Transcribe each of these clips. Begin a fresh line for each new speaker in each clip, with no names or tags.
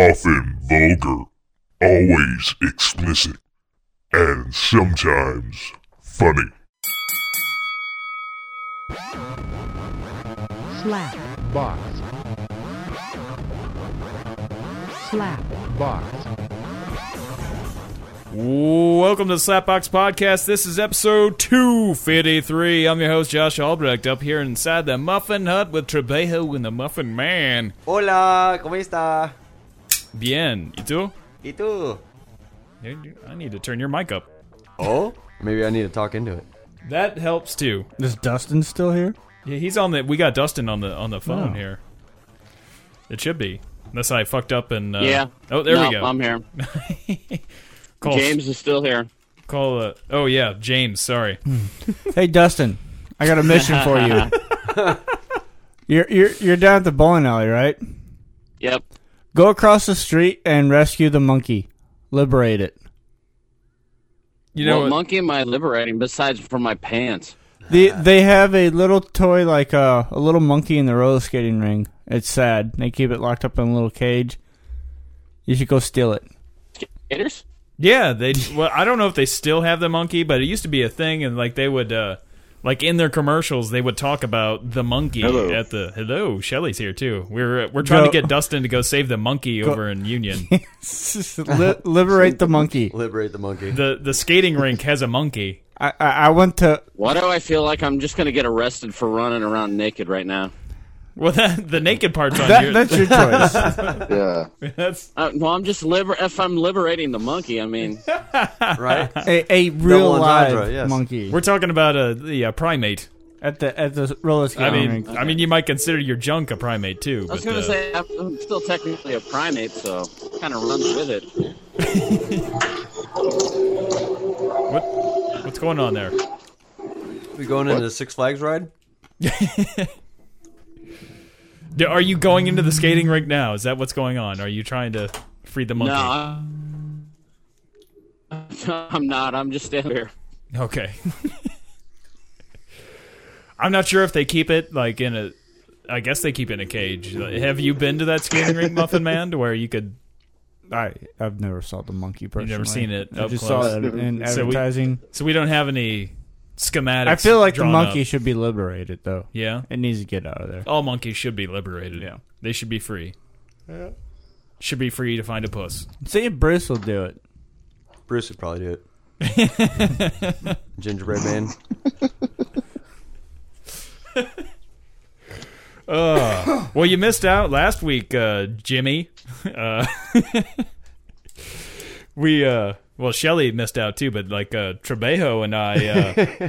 often vulgar, always explicit, and sometimes funny.
slap
box,
slap
box.
Welcome to the Slapbox Podcast. This is episode 253. I'm your host, Josh Albrecht, up here inside the Muffin Hut with Trebejo and the Muffin Man.
Hola, ¿cómo está?
Bien, you too?
¿Y tú?
I need to turn your mic up.
Oh? Maybe I need to talk into it.
That helps too.
Is Dustin still here?
Yeah, he's on the. We got Dustin on the on the phone
Oh.
here. It should be, unless I fucked up and uh,
Yeah.
Oh, there
no,
we go.
I'm here.
call,
James is still here.
Call. Uh, oh yeah, James. Sorry.
Hey, Dustin, I got a mission for you. you're you're you're down at the bowling alley, right?
Yep.
Go across the street and rescue the monkey. Liberate it.
You know,
what
what-
monkey am I liberating besides from my pants?
The, they have a little toy like a, a little monkey in the roller skating ring. It's sad. They keep it locked up in a little cage. You should go steal it.
Gators?
Yeah, they. Well, I don't know if they still have the monkey, but it used to be a thing, and like they would, uh like in their commercials, they would talk about the monkey at the. Hello, Shelly's here too. We're uh, we're trying
Go-
to get Dustin to go save the monkey over in Union.
Li- liberate the monkey.
Liberate the monkey.
the the skating rink has a monkey.
I, I I went to
Why do I feel like I'm just going to get arrested for running around naked right now?
Well, that, the naked part's on
that.
you.
That's your choice.
Yeah.
That's-
Uh, well, I'm just liber- if I'm liberating the monkey, I mean,
right?
a, a real live
entendre, yes.
monkey
we're talking about a the uh, primate.
at the at the roller skating
I mean,
rink.
I mean, you might consider your junk a primate too.
I was
but,
going to
uh,
say I'm- I'm still technically a primate, so kind of runs with it.
what what's going on there?
We going into the Six Flags ride?
D- Are you going into the skating rink now? Is that what's going on? Are you trying to free the monkey?
No, I- I'm not. I'm just standing here.
Okay. I'm not sure if they keep it like in a. I guess they keep it in a cage. Like, Have you been to that skating rink, Muffin Man, to where you could?
I I've never saw the monkey personally.
never seen it
I
up
just
close.
saw it in
So we-
advertising.
So we don't have any schematics.
I feel like the
drawn
monkey
up.
should be liberated though.
Yeah,
It needs to get out of there.
all monkeys should be liberated.
Yeah.
they should be free. Should be free to find a puss.
See if Bruce will do it.
Bruce would probably do it. Gingerbread man.
Well, you missed out last week, uh, Jimmy. Uh, we uh, well, Shelly missed out too, but like uh, Trebejo and I, uh,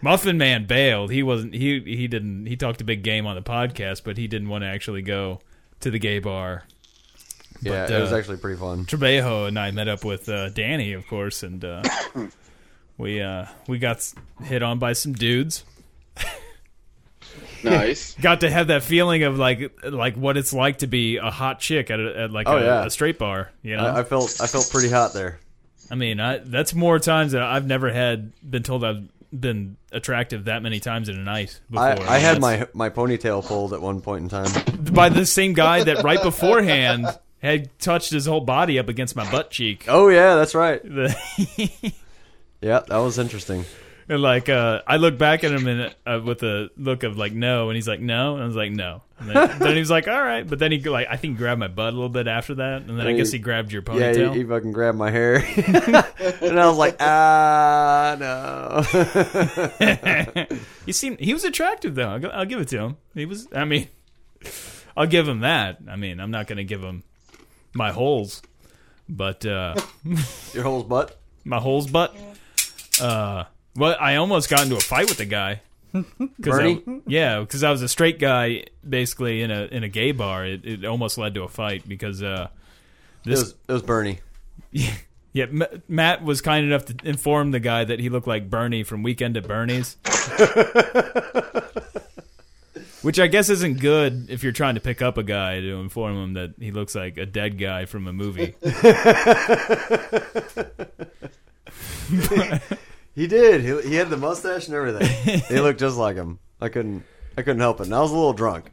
Muffin Man bailed. He wasn't. He he didn't. He talked a big game on the podcast, but he didn't want to actually go to the gay bar.
Yeah,
But,
it was
uh,
actually pretty fun.
Trebejo and I met up with uh, Danny, of course, and uh, we uh, we got s- hit on by some dudes.
Nice.
Got to have that feeling of like like what it's like to be a hot chick at, a, at like
Oh,
a,
yeah.
a straight bar. You know,
I, I felt I felt pretty hot there.
I mean, I, that's more times that I've never had been told I've been attractive that many times in a night before.
I, I had
That's-
my my ponytail pulled at one point in time.
by the same guy that right beforehand had touched his whole body up against my butt cheek.
Oh yeah, that's right.
The-
Yeah, that was interesting.
and like uh, I look back at him and uh, with a look of like no, and he's like no, and I was like no. And then, then he was like all right, but then he like I think he grabbed my butt a little bit after that, and then I
Yeah,
guess
he-
he grabbed your
Yeah,
ponytail.
he, he fucking grabbed my hair, and I was like, ah, no.
He seemed he was attractive though. I'll, gi- I'll give it to him. He was. I mean, I'll give him that. I mean, I'm not gonna give him my holes, but uh,
Your whole butt.
my holes butt. Uh, well, I almost got into a fight with the guy. Cause I- yeah, because I was a straight guy basically in a in a gay bar. It, it almost led to a fight because uh,
It was, it was Bernie.
yeah, M- Matt was kind enough to inform the guy that he looked like Bernie from Weekend at Bernie's. Which I guess isn't good if you're trying to pick up a guy to inform him that he looks like a dead guy from a movie.
He did. He, he had the mustache and everything. he looked just like him. I couldn't. I couldn't help it. And I was a little drunk.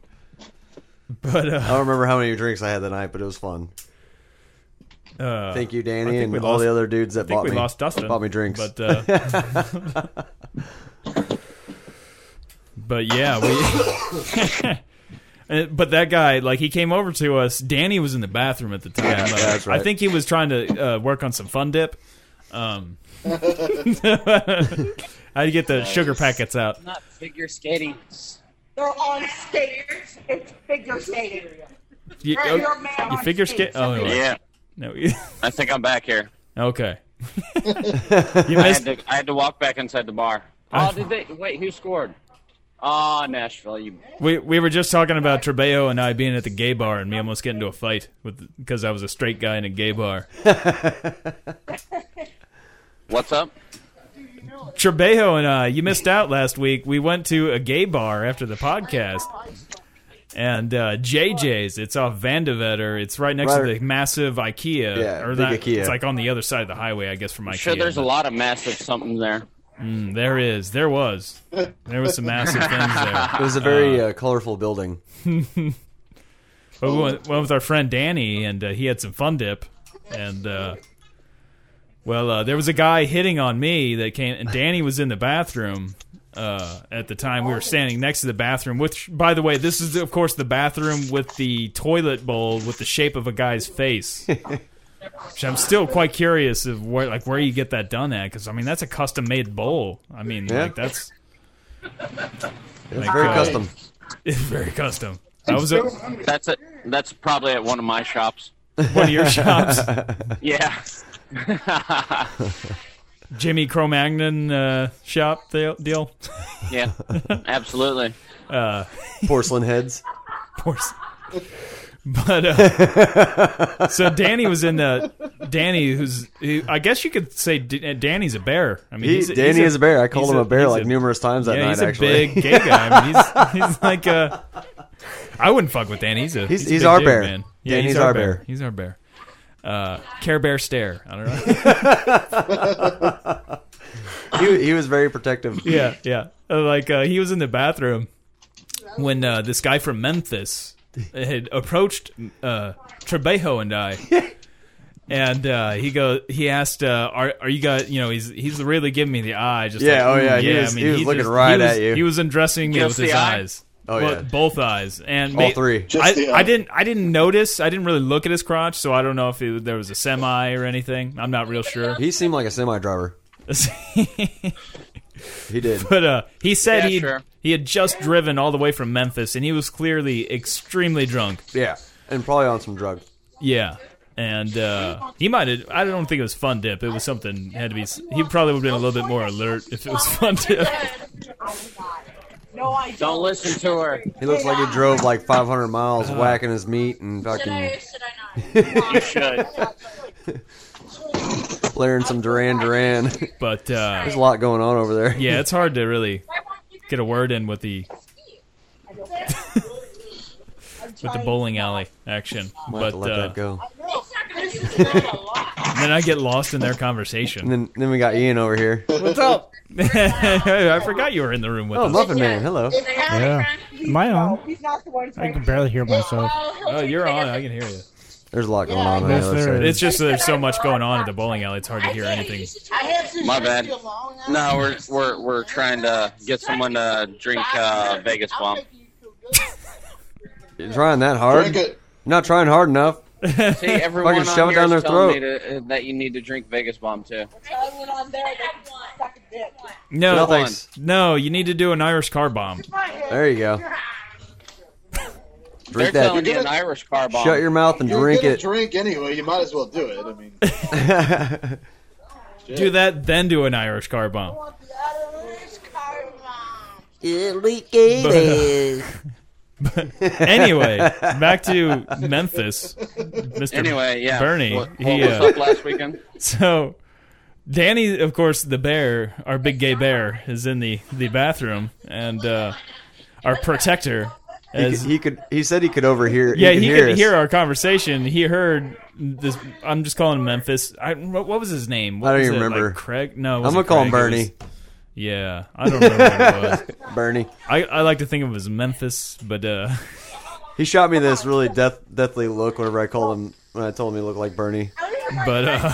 But uh,
I don't remember how many drinks I had that night, but it was fun.
uh,
Thank you,
I
Danny,
think
and
we
all
lost-
the other dudes that
I think
bought
we
me
lost Dustin.
bought me drinks.
But uh, but yeah, we. And- But that guy, like, he came over to us. Danny was in the bathroom at the time. Like,
that's right.
I think he was trying to uh, work on some fun dip. Um, I'd get the sugar packets out.
Not figure skating.
They're on skaters. It's figure skating.
You,
Right,
oh,
you're a man
you
on
figure skate?
skates.
Oh, anyway.
Yeah,
no. you-
I think I'm back here.
okay. you missed.
I had to, I had to walk back inside the bar. Oh, did they? Wait, who scored? Ah, Nashville. You
We we were just talking about Trebejo and I being at the gay bar and me almost getting into a fight with because I was a straight guy in a gay bar.
What's up?
Trebejo and I, you missed out last week. We went to a gay bar after the podcast. And uh, JJ's, it's off Vandevetter. It's right next to
Right.
the massive IKEA.
Yeah,
or
big
not-
IKEA.
It's like on the other side of the highway, I guess, from IKEA.
Sure, there's a lot of massive something there.
Mm, There is. There was. There was some massive things there.
it was a very uh, colorful building.
But we went, went with our friend Danny, and uh, he had some fun dip, and uh, well, uh, there was a guy hitting on me that came, and Danny was in the bathroom uh, at the time. We were standing next to the bathroom, which, by the way, this is of course the bathroom with the toilet bowl with the shape of a guy's face. Which I'm still quite curious of where, like, where you get that done at, because I mean that's a custom made bowl. I mean,
Yeah.
like that's
It's
Like,
very
uh,
custom.
it's very custom. That was at
That's it. That's probably at one of my shops.
one of your shops.
Yeah.
Jimmy Cro-Magnon uh, shop deal, deal.
Yeah. Absolutely.
Porcelain heads.
Of course. But uh, so Danny was in the Danny, who's who, I guess you could say D- uh, Danny's a bear. I mean,
He,
he's a-
Danny
he's
is a bear. I called
he's
him a bear
he's
like numerous times that
Yeah,
night.
he's
actually,
a big gay guy. I mean, he's he's like a. I wouldn't fuck with Danny. He's a
He's-
a
he's
big
our
dude,
bear.
Man. Yeah,
Danny's
he's our,
our
bear.
bear.
He's our bear. Uh, Care Bear stare. I don't know.
he, he was very protective.
yeah, yeah. Uh, Like uh, he was in the bathroom when uh, this guy from Memphis had approached uh, Trebejo and I, and uh, he go he asked, uh, "Are are you guys? You know, he's he's really giving me the eye. Just
Yeah,
like,
oh, yeah,
"Ooh,
he
yeah.
was-
I mean,
he was looking
just-
right
he was-
at you.
He was undressing me with
Just
his
the eye?
eyes.
Oh,
Well,
yeah.
both eyes and
All
ma-
three.
I,
Just the
I
eye.
didn't. I didn't notice. I didn't really look at his crotch, so I don't know if it, there was a semi or anything. I'm not real sure.
He seemed like a semi driver. He did.
But uh, he said
Yeah,
he
sure.
he had just driven all the way from Memphis, and he was clearly extremely drunk.
yeah, and probably on some drugs.
Yeah, and uh, he might have. I don't think it was fun dip. It was something had to be. He probably would have been a little bit more alert if it was fun dip.
No, I
Don't listen to her.
He looks like he drove like 500 miles,
Uh-huh.
whacking his meat and fucking
Should I not?
You should.
blaring some Duran Duran. There's
But uh,
a lot going on over there.
yeah, it's hard to really get a word in with the with the bowling alley action.
Might
But
have to let
uh,
that go.
then I get lost in their conversation.
And then, then we got Ian over here. What's up?
I forgot you were in the room with
Oh,
us.
Muffin Man. Hello.
Yeah. Am I on?
He's not the one.
I can barely hear myself.
Oh, you're on. I can hear you.
There's a lot going on on the
Yes,
other
there
side.
It's just that there's so much going on at the bowling alley. It's hard to hear anything.
I have some
My bad. No, we're we're we're trying to get someone to drink uh, Vegas Bomb.
You're trying that hard?
Drink
You're
it.
not trying hard enough.
See, everyone
Fucking
on
shove it
here
down
is
their
telling me to, uh, that you need to drink Vegas Bomb too.
I went on there. They suck a dick.
No
No,
thanks.
no, you need to do an Irish car bomb.
There you go.
They're
Drink
telling you
that.
an Irish car bomb.
Shut your mouth and
You're
drink
gonna
it.
drink anyway. You might as well do it. I mean,
Do that, then do an Irish car bomb. Anyway, back to Memphis, Mr.
Anyway, yeah.
Bernie,
What,
he,
what was
uh,
up last weekend?
So, Danny, of course, the bear, our big gay bear, is in the the bathroom, and uh, our protector.
He,
As,
could- he could. He said he could overhear.
yeah,
could
he
hear
could
us.
hear our conversation. He heard this. I'm just calling him Memphis. I, what what was his name? What
I don't
was
even
it,
remember.
Like Craig? No,
I'm gonna call him Bernie.
yeah, I don't remember what it was.
Bernie.
I, I like to think of it as Memphis, but uh,
He shot me this really death, deathly look whenever I called him when I told him he looked like Bernie.
But uh,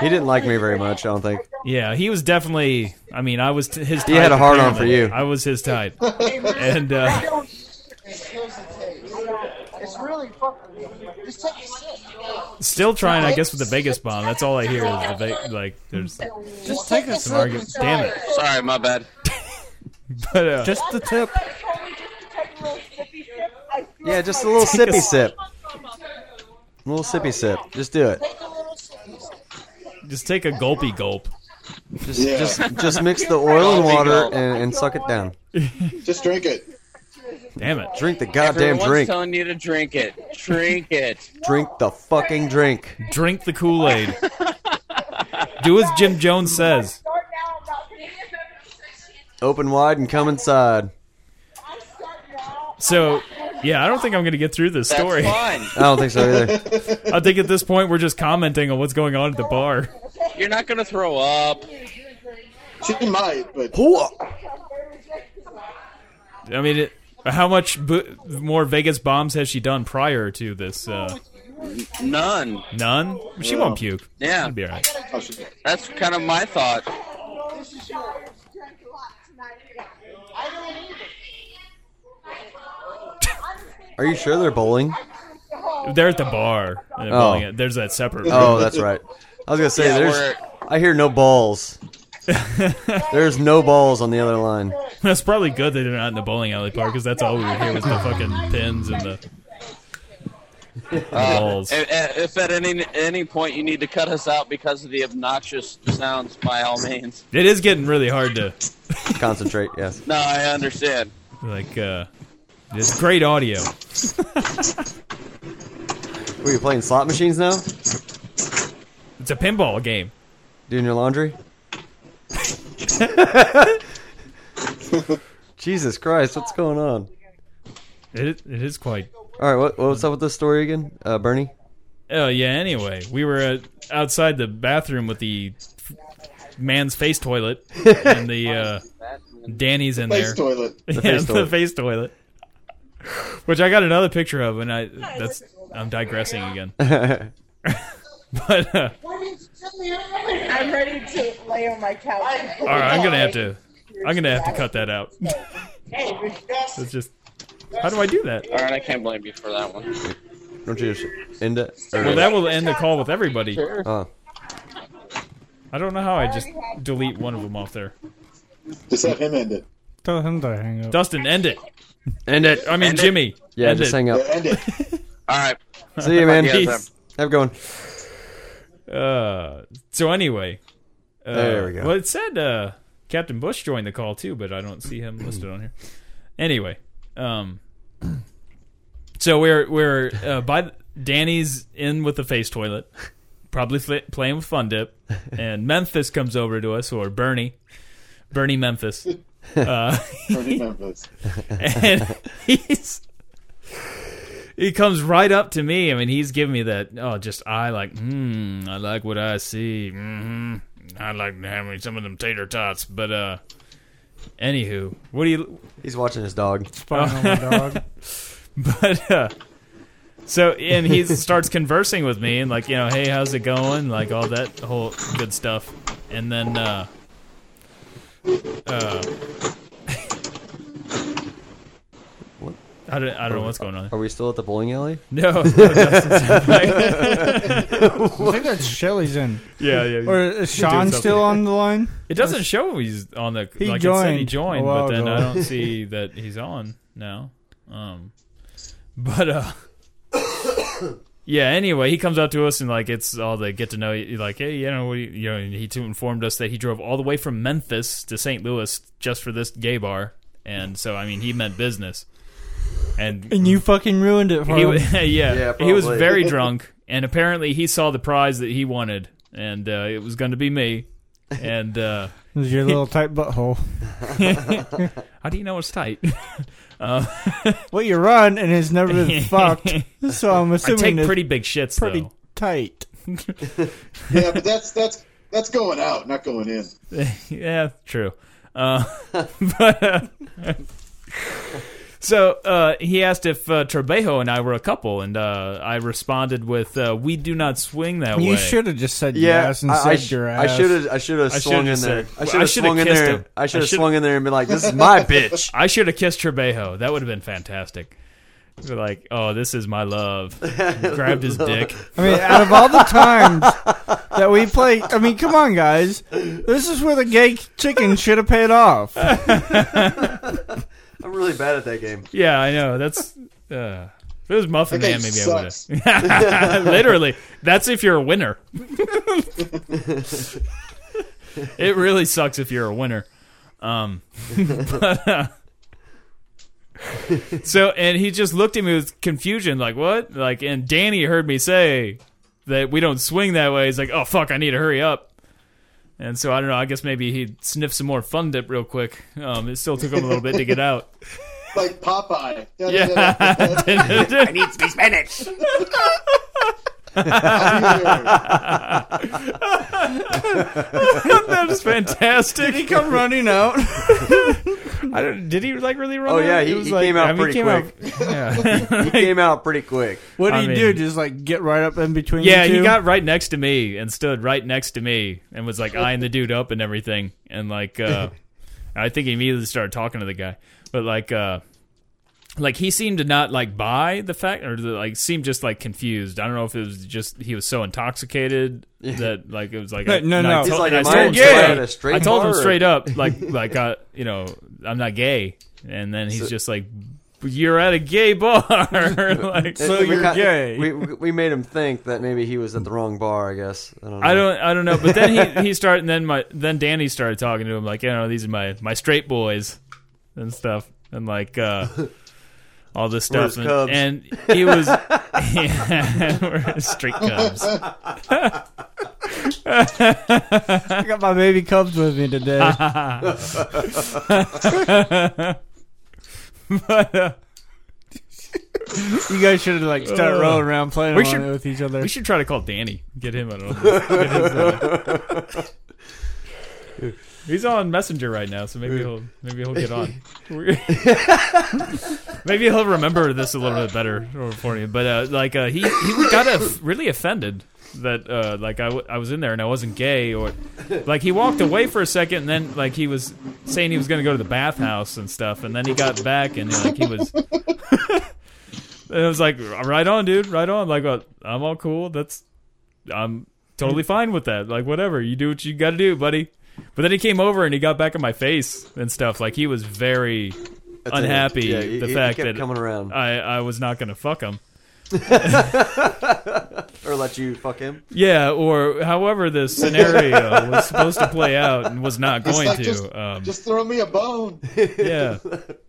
He didn't like me very much. I don't think.
yeah, he was definitely. I mean, I was t- his. Type,
He had a hard-on
apparently.
for you.
I was his type, and uh,
Here's the taste. It's really fucking. Just take a sip.
still trying. I guess with the Vegas bomb. That's all I hear is the Ve- like. There's
Just take a
some argument. Damn it!
Sorry, my bad.
But uh,
Just the tip.
Yeah, just a little sippy sip. A little sippy sip. Just do it.
just take a gulpy gulp.
Just
Yeah.
just just mix the oil and water and, and suck it down.
Just drink it.
Damn it!
Drink the goddamn
Everyone's
drink.
telling you to drink it. Drink it.
Drink the fucking drink.
Drink the Kool Aid. Do as Jim Jones says.
Open wide and come inside.
So, yeah, I don't think I'm going to get through this
That's
story.
fine.
I don't think so either.
I think at this point we're just commenting on what's going on at the bar.
You're not gonna throw up.
She might, but
Whoa.
I mean, it, how much bo- more Vegas bombs has she done prior to this? Uh,
None.
none. She won't puke.
Yeah,
It'll be all right.
I should.
that's kind of my thought.
Are you sure they're bowling?
They're at the bar. and they're
Oh.
bowling it. There's that separate.
Oh, that's right. I was gonna say
Yeah,
there's. I hear no balls. there's no balls on the other line.
That's probably good that they're not in the bowling alley part because that's all we would hear was the fucking pins and the, the balls.
Uh, If, if at any any point you need to cut us out because of the obnoxious sounds, by all means.
It is getting really hard to
Concentrate. Yes.
No, I understand.
like. uh It's great audio.
What, Are you playing slot machines now?
It's a pinball game.
Doing your laundry? Jesus Christ, what's going on?
It it is quite
All right, what, what's up with this story again, uh, Bernie?
Oh yeah. Anyway, we were uh, outside the bathroom with the f- man's face toilet and the uh, Danny's in
Place
there.
toilet.
Yeah,
face
the
toilet.
face toilet. Which I got another picture of, and I that's I'm digressing again. But uh,
I'm ready to lay on my couch.
all right, I'm gonna have to I'm gonna have to cut that out. It's just how do I do that?
All right, I can't blame you for that one.
Don't you just end it? Or-
Well, that will end the call with everybody.
oh.
I don't know how I just delete one of them off there.
Just have him end it.
Tell him to hang up.
Dustin, end it.
End it.
I mean,
End it.
Jimmy.
Yeah,
end
just
it.
hang up.
Yeah, end it.
All right.
See you, man.
Peace.
Have a good one.
Uh, so anyway, uh,
There we go.
Well, it said uh, Captain Bush joined the call too, but I don't see him listed on here. Anyway, um, so we're we're uh, by the- Danny's in with the face toilet, probably fl- playing with Fun Dip, and Memphis comes over to us or Bernie, Bernie Memphis, Uh,
Bernie Memphis.
and he's. He comes right up to me. I mean, he's giving me that. Oh, just I like. Hmm. I like what I see. Hmm. I'd like to have me some of them tater tots. But uh, anywho, what do you?
He's watching his dog.
Spying on my dog.
But uh, so and he starts conversing with me and like you know, hey, how's it going? Like all that whole good stuff. And then uh, uh,
What?
I don't, I don't know what's going on.
Are we still at the bowling alley?
No, no Justin's right.
I think that's Shelly's in.
yeah, yeah.
Or is Sean
something.
still on the line?
It doesn't show he's on the.
He
like it said he
joined
joined,
a while
but then I
ago.
don't see that he's on now. Um, but uh, yeah. Anyway, he comes up to us and like it's all the get to know you. Like, hey, you know, we, you know, and he too informed us that he drove all the way from Memphis to St. Louis just for this gay bar, and so I mean, he meant business. And
And you fucking ruined it for
he,
him.
wa- yeah, he was
probably.
very drunk, and apparently he saw the prize that he wanted, and uh, it was going to be me. And uh,
It was your little tight butthole.
how do you know it's tight?
Well, you run and it's never been fucked, so I'm
I
assuming
take
it's
pretty big shits
pretty
though.
tight.
Yeah, but that's that's that's going out, not going in.
yeah, true. Uh, but uh, So uh, he asked if uh, Trebejo and I were a couple, and uh, I responded with, uh, "We do not swing that way."
You should have just said
Yeah,
yes and
I,
said
I, sh-
your
I
ass.
should have. I should have
I
swung in
should've
there.
said-
I
well,
should
I
have
should've
swung in
kissed
there.
him.
I should
I
have
should've-
swung in there and been like, "This is my bitch."
I should have kissed Trebejo. That would have been fantastic. Be Like, oh, this is my love. Grabbed his dick.
I mean, out of all the times that we play, I mean, come on, guys. This is where the gay chicken should have paid off.
I'm really bad at that game.
Yeah, I know. That's uh, if it was Muffin
That
Man,
game
maybe I would have. Literally, that's if you're a winner. it really sucks if you're a winner. Um, but, uh, so and he just looked at me with confusion, like what? Like and Danny heard me say that we don't swing that way. He's like, oh fuck, I need to hurry up. And so I don't know. I guess maybe he sniffed some more Fun Dip real quick. Um, it still took him a little bit to get out.
Like Popeye.
Yeah. I need to be Spanish. that was fantastic. Did he come running out? I don't, did he like really run
Oh,
out?
yeah, he-
was
he came out pretty
quick. yeah.
Came out pretty quick.
What do
I
you
mean-
do? Just like get right up in between.
Yeah,
you two?
he got right next to me and stood right next to me and was like eyeing the dude up and everything. And like, uh, I think he immediately started talking to the guy, but like, uh, like he seemed to not like buy the fact or the, like seemed just like confused. I don't know if it was just he was so intoxicated that like it was like
No,
I-
no,
and I
no.
told-
He's
like,
and
"Am I
I told
gay?"
him
At a
straight.
straight
I told him
bar?
straight up like like I you know I'm not gay, and then he's just like. You're at a gay bar. like,
We
you're
got-
gay.
We, we we made him think that maybe he was at the wrong bar. I guess. I don't. Know.
I don't I don't know. But then he he started and then my then Danny started talking to him like, you know, these are my my straight boys and stuff and like uh all this
Where's
stuff and,
Cubs?
and he was yeah, we're straight cubs.
I got my baby cubs with me today.
But uh,
you guys should have like started rolling around playing
We
along
should-
with each other.
we should try to call Danny. Get him on. Get his, uh, He's on Messenger right now, so maybe he'll maybe he'll get on. maybe he'll remember this a little bit better for you. But uh, like uh, he he got uh, really offended that uh, like I, w- I was in there and I wasn't gay or like he walked away for a second and then like he was saying he was going to go to the bathhouse and stuff and then he got back and like he was and it was like, right on, dude, right on. Like, uh, I'm all cool. That's, I'm totally fine with that. Like, whatever. You do what you got to do, buddy. But then he came over and he got back in my face and stuff. Like, he was very
That's it.
unhappy.
Yeah, he-
the
he
fact
kept
that
coming around
I, I was not going to fuck him.
or let you fuck him.
Yeah, or however the scenario was supposed to play out and was not
It's
going
like,
to.
just,
um,
just throw me a bone.
yeah.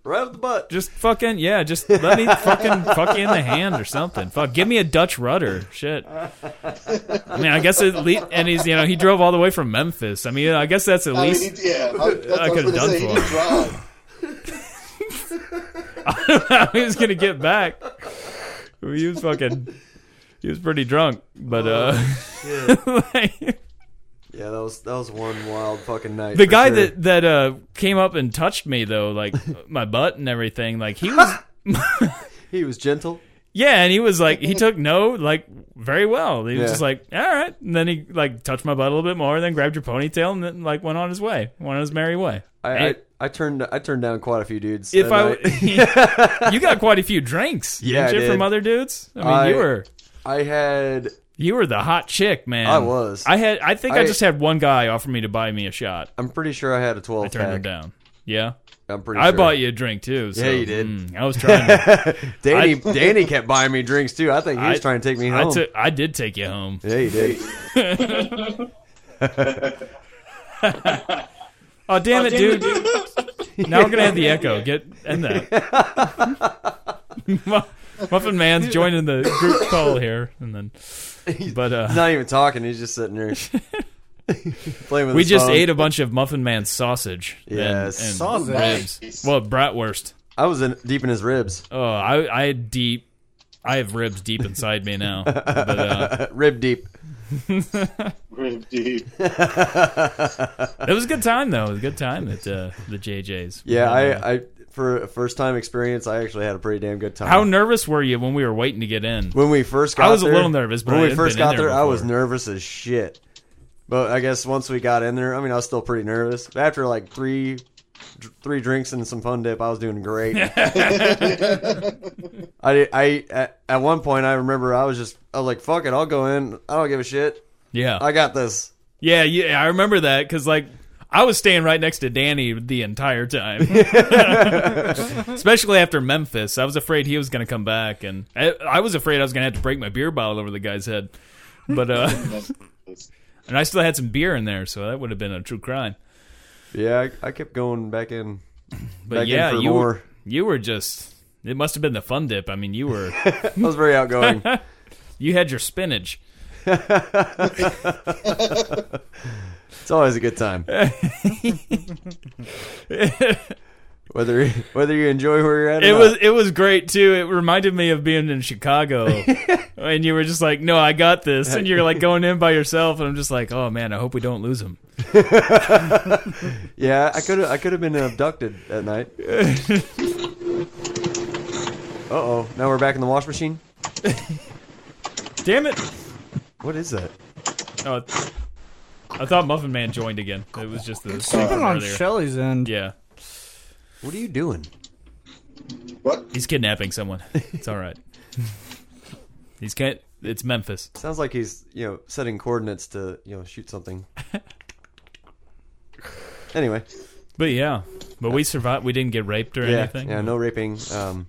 Right up the butt.
Just fucking yeah, just let me fucking fuck you in the hand or something. Fuck, give me a Dutch rudder, shit. I mean, I guess at least, and he's you know he drove all the way from Memphis. I mean, I guess that's at
I mean,
least
he- yeah, I, that's what I
could've
was
done
gonna say. He
for
didn't drive.
how he was gonna get back. He was fucking, he was pretty drunk, but
Oh,
uh,
Yeah.
like,
yeah, that was that was one wild fucking night.
the
for
guy
sure.
that that uh came up and touched me though, like my butt and everything, like he was.
he was gentle.
Yeah, and he was like, he took no, like, very well. He
Yeah.
was just like, all right. And then he, like, touched my butt a little bit more, then grabbed your ponytail and then, like, went on his way, went on his merry way.
I, I, I turned I turned down quite a few dudes.
if
that
I,
night.
you got quite a few drinks,
Yeah,
didn't
I
you, from
did.
other dudes? I mean, you
I-
were,
I had
you were the hot chick, man.
I was.
I had, I think I,
I-
just had one guy offer me to buy me a shot.
I'm pretty sure I had a 12
I turned him
pack.
down. Yeah,
I'm pretty.
I
sure.
bought you a drink too. So,
Yeah, you did.
mm, I was trying. To,
Danny Danny kept buying me drinks too. I think he was
I-
trying to take me
I
home.
took, I did take you home.
yeah, he did.
Oh damn it, dude! now we're gonna have the echo. Get end that. Mu- Muffin Man's joining the group call here, and then. But
He's
uh,
not even talking. He's just sitting there playing with.
we
his
just
phone.
ate a bunch of Muffin Man sausage. and-
Yes.
and
Sausage.
ribs. Well, bratwurst.
I was in, deep in his ribs,
Oh, I I had deep. I have ribs deep inside me now. But uh,
rib deep.
Rib deep.
it was a good time though. It was a good time at uh, the JJ's.
Yeah, I, I for a first time experience, I actually had a pretty damn good time.
How nervous were you when we were waiting to get in?
when we first got
I was a
there-
little nervous, but
when
I
we
had
first
been in
got
there
there, I was
before.
nervous as shit. But I guess once we got in there, I mean, I was still pretty nervous. But after like three, dr- three drinks and some fun dip, I was doing great. I, did- I at, at one point I remember I was just I was like, fuck it, I'll go in. I don't give a shit.
Yeah,
I got this.
yeah, yeah. I remember that because like I was staying right next to Danny the entire time, especially after Memphis. I was afraid he was going to come back, and I, I was afraid I was going to have to break my beer bottle over the guy's head. But uh, and I still had some beer in there, so that would have been a true crime.
Yeah, I, I kept going back in.
But
Back in
yeah,
for
you
more.
were you were just. It must have been the fun dip. I mean, you were
I was very outgoing.
you had your spinach.
It's always a good time. whether whether you enjoy where you're at, or
It
not.
was it was great too. It reminded me of being in Chicago, and you were just like, "No, I got this," and you're like going in by yourself, and I'm just like, "Oh man, I hope we don't lose him."
Yeah, I could I could have been abducted that night. uh oh! Now we're back in the wash machine.
Damn it!
What is that?
Oh, I thought Muffin Man joined again. It was just the same
Put
from
on
earlier.
Shelly's end.
Yeah,
What are you doing?
What?
he's kidnapping someone. It's all right. He's can't. It's Memphis.
Sounds like he's you know setting coordinates to you know shoot something. anyway,
But yeah, but we survived. We didn't get raped or
yeah,
anything.
yeah, no raping, um,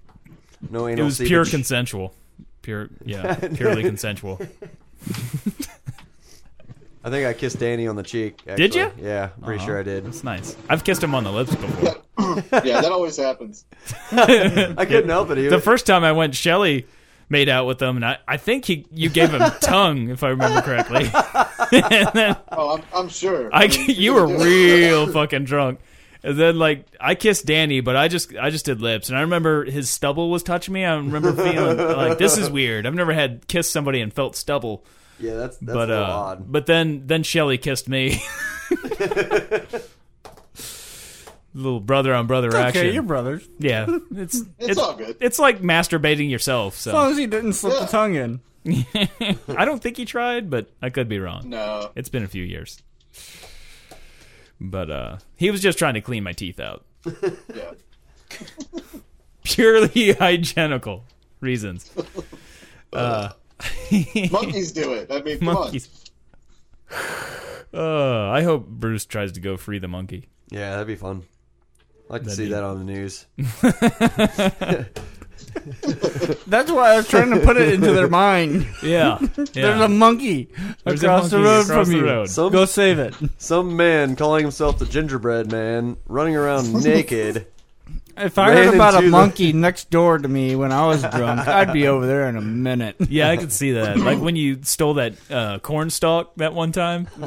no
it
anal.
was pure
seepage.
consensual. Pure, yeah, purely consensual.
I think I kissed Danny on the cheek.
Did Uh-huh.
actually.
you?
Yeah, I'm pretty sure I did.
It's nice. I've kissed him on the lips before.
Yeah, that always happens.
I couldn't help it. He
The
was-
first time I went, Shelly made out with him, and I, I think he you gave him tongue, if I remember correctly. and then
Oh, I'm, I'm sure.
I,
mean,
you were real fucking drunk. And then like I kissed Danny, but I just I just did lips, and I remember his stubble was touching me. I remember feeling like this is weird. I've never had kissed somebody and felt stubble,
yeah, that's that's
but
a little
uh,
odd.
but then then Shelly kissed me. Little brother on brother
Okay,
action.
your brothers.
yeah, it's
It's, all good.
it's like masturbating yourself. So
As long as he didn't slip the tongue in.
I don't think he tried, but I could be wrong.
no.
It's been a few years. But uh he was just trying to clean my teeth out.
Yeah.
Purely hygienical reasons.
Monkeys do it. I mean, come
Monkeys. Uh, I hope Bruce tries to go free the monkey.
yeah, that'd be fun. I'd like to
That'd
see
be-
that on the news.
That's why I was trying to put it into their mind.
Yeah. yeah.
There's a monkey
There's a
across the
monkey
road
across
from
the
you.
road.
Some
Go save it.
Some man calling himself the gingerbread man running around naked.
If I
Ran
heard about
into the-
a monkey next door to me when I was drunk, I'd be over there in a minute.
yeah, I could see that. Like when you stole that uh, corn stalk that one time.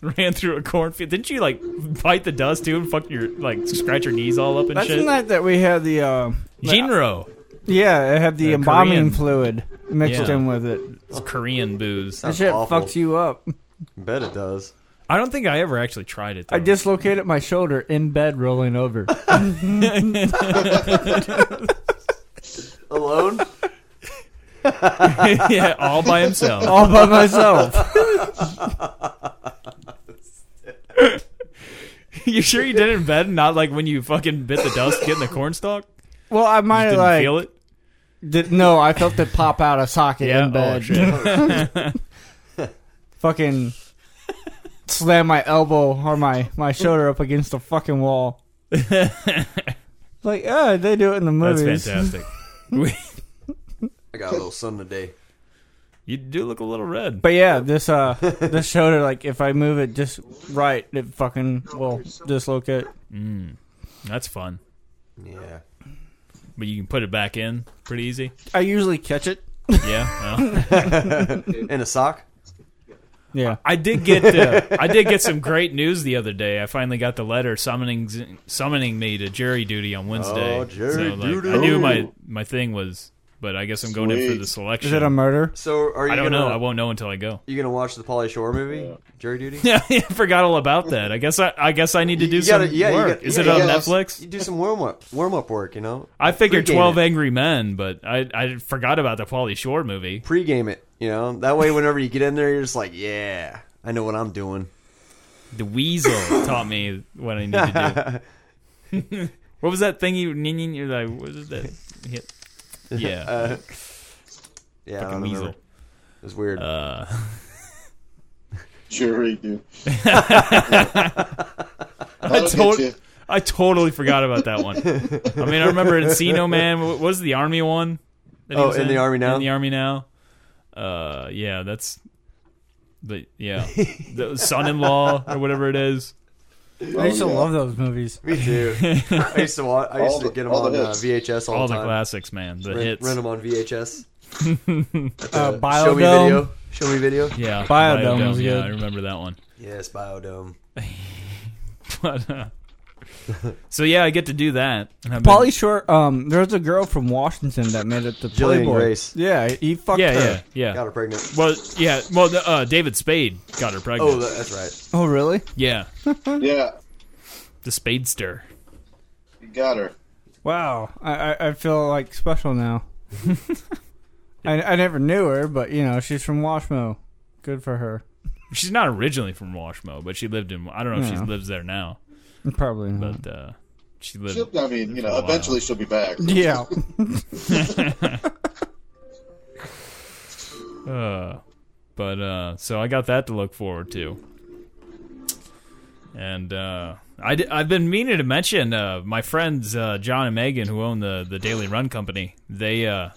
Ran through a cornfield. Didn't you like bite the dust too and fuck your like scratch your knees all up and
That's
shit?
not that we had the uh,
Jinro.
yeah, it had the
Uh,
embalming
Korean.
fluid mixed
Yeah.
in with it.
It's Korean booze.
That
Sounds
shit
awful.
fucks you up.
Bet it does.
I don't think I ever actually tried it. Though.
I dislocated my shoulder in bed, rolling over.
Alone?
yeah, all by himself.
all by myself.
you sure you did it in bed, and not like when you fucking bit the dust getting the cornstalk?
Well, I might have
Didn't
like
feel it.
did- no, I felt it pop out of socket
Yeah.
in
Oh
bed.
shit.
fucking slam my elbow or my my shoulder up against the fucking wall. like, uh, they do it in the
That's
movies.
fantastic. We-
I got a little sun today.
you do look a little red.
But yeah, this uh, this shoulder, like, if I move it just right, it fucking will dislocate.
That's fun.
Yeah.
But you can put it back in pretty easy.
I usually catch it.
Yeah. well.
In a sock?
Yeah,
I did get uh, I did get some great news the other day. I finally got the letter summoning summoning me to jury duty on Wednesday.
Oh, jury
so, like,
duty.
I knew my my thing was But I guess I'm going in for
Sweet.
the selection.
Is it a murder?
So are you?
I don't
gonna,
know. I won't know until I go.
You gonna watch the Polly Shore movie, Jury Duty?
Yeah, I forgot all about that. I guess I, I guess I need to do
You
some
gotta- yeah, you
work.
gotta-
Is
yeah,
it
you
on
gotta-
Netflix?
You do some warm up, warm up work. You know,
I figured
Pre-game
Twelve
it.
Angry Men, but I I forgot about the Pauly Shore movie.
pregame it. You know, that way whenever you get in there, you're just like, yeah, I know what I'm doing.
The Weasel taught me what I need to do. what was that thing you? You're like, what is that? Hit? Yeah,
Uh, yeah, I
fucking
don't
Weasel.
remember. It was weird.
Uh,
Jury duty.
I,
look
tot-
at you.
I totally forgot about that one. I mean, I remember Encino Man. What was the Army one? that he
Oh,
was
In the Army Now?
In the Army Now. Uh, yeah, that's. But yeah, the son-in-law or whatever it is.
Oh,
I used to
yeah.
love those movies.
Me too. I used to watch. I used
All
to
the-
get them
all
on
the
uh,
hits.
VHS all,
All
the
the
time.
classics, man. The
Rent,
hits.
them on VHS.
Uh,
Show me video.
Biodome.
Show me video.
Yeah,
Biodome was
Yeah,
good.
I remember that one.
Yes, Biodome.
But, uh, so yeah, I get to do that. And I've been-
Polly Short. Um, there was a girl from Washington that made it to
Gillian
Playboy.
Grace.
Yeah, he fucked
Yeah,
her.
yeah, yeah.
Got her pregnant.
Well, yeah. Well, the, uh, David Spade got her pregnant.
Oh, that- that's right.
Oh, really?
yeah,
Yeah,
the Spadester.
you got her.
Wow. I, I, I feel like special now. I, I never knew her, but you know she's from Washmo. Good for her.
She's not originally from Washmo, but she lived in. I don't know if
No.
she lives there now,
Probably not.
but uh, she lived.
She'll, I mean, you know,
Wow.
eventually she'll be back.
Yeah.
Uh, but uh, so I got that to look forward to. And uh, I d- I've been meaning to mention uh, my friends uh, John and Megan who own the the Daily Run Company. They uh,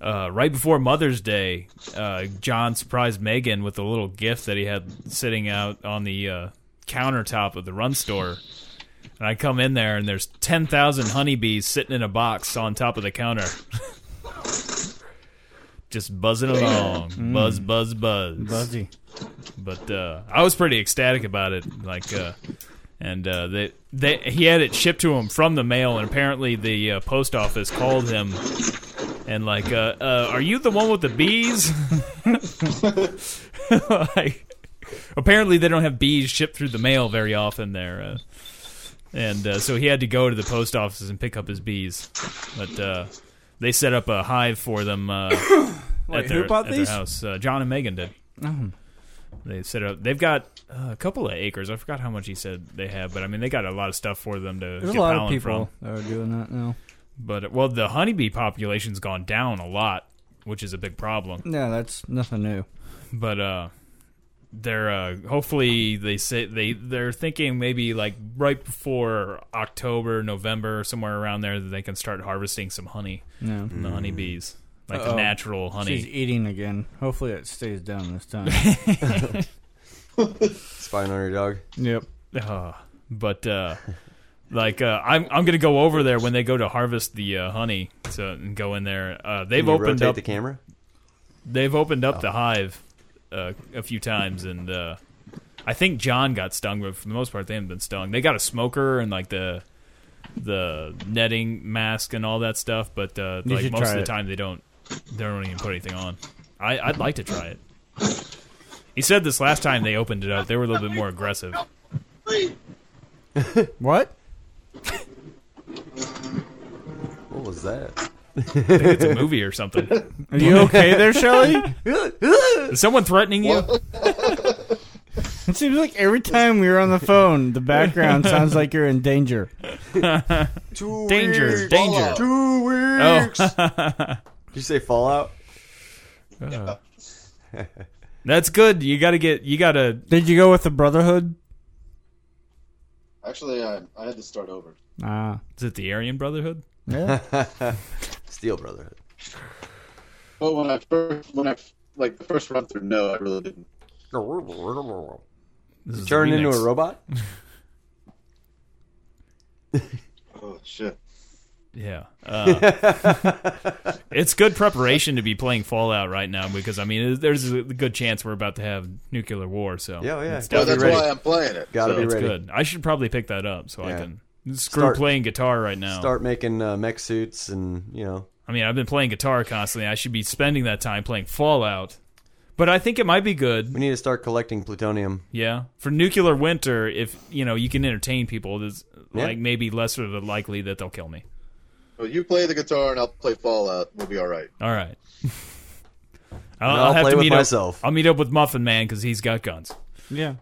uh, right before Mother's Day, uh, John surprised Megan with a little gift that he had sitting out on the uh, countertop of the run store. And I come in there and there's ten thousand honeybees sitting in a box on top of the counter. Just buzzing along, buzz, buzz, buzz,
Buzzy.
but uh, I was pretty ecstatic about it. Like, uh, and uh, they, they he had it shipped to him from the mail, and apparently the uh, post office called him and like, uh, uh, "Are you the one with the bees?" like, apparently they don't have bees shipped through the mail very often there. Uh, and uh, so he had to go to the post office and pick up his bees, but uh, they set up a hive for them uh,
Wait,
at
who
their,
bought
at their
these?
house. Uh, John and Megan did. They set up. They've got uh, a couple of acres. I forgot how much he said they have, but I mean they got a lot of stuff for them to
There's
get
a lot of
pollen
people
from.
that are doing that now.
But well, the honeybee population's gone down a lot, which is a big problem.
Yeah, that's nothing new.
But uh, they're uh, hopefully they say they they're thinking maybe like right before October, November, somewhere around there that they can start harvesting some honey
No.
from the honeybees, like the
Uh-oh.
natural
She's
honey.
eating again. Hopefully it stays down this time.
Spying on your dog.
yep.
Uh, but uh, like uh, I'm I'm gonna go over there when they go to harvest the uh, honey so and go in there. Uh, they've
Can Oh. you
opened
rotate
up
the camera.
they've opened up the hive uh, a few times and uh, I think John got stung, but for the most part they haven't been stung. They got a smoker and like the the netting mask and all that stuff, but uh,
You
like
should
most of
try
the
it.
time they don't they don't even put anything on. I, I'd like to try it. He said this last time they opened it up, they were a little bit more aggressive.
What?
What was that?
It's a movie or something.
Are you okay there, Shelly?
Is someone threatening you?
It seems like every time we were on the phone, the background sounds like you're in danger.
Two
Danger,
weeks.
danger.
Two
Oh.
weeks. Did you say Fallout?
That's good. You gotta get you gotta
Did you go with the Brotherhood?
Actually, I, I had to start over.
Ah.
is it the Aryan Brotherhood?
Yeah.
Steel Brotherhood.
But when I first, when I like the first run through, no, I really didn't.
This is the
Turn into
remix.
a robot.
Oh shit!
Yeah. Uh, it's good preparation to be playing Fallout right now because, I mean, there's a good chance we're about to have nuclear war. So
Yeah, oh, yeah.
it's definitely
Well, that's
ready.
why I'm playing it.
Gotta
so.
be
it's
ready.
good. I should probably pick that up so I
Yeah.
can screw
Start-
playing guitar right now.
Start making uh, mech suits and you know
I mean, I've been playing guitar constantly. I should be spending that time playing Fallout. But I think it might be good.
We need to start collecting plutonium.
Yeah, for nuclear winter, if you know you can entertain people, there's
Yeah.
like maybe lesser the likely that they'll kill me.
Well, you play the guitar and I'll play Fallout. We'll be all right.
All right.
I'll play with
meet up-
myself.
I'll meet up with Muffin Man because he's got guns.
Yeah.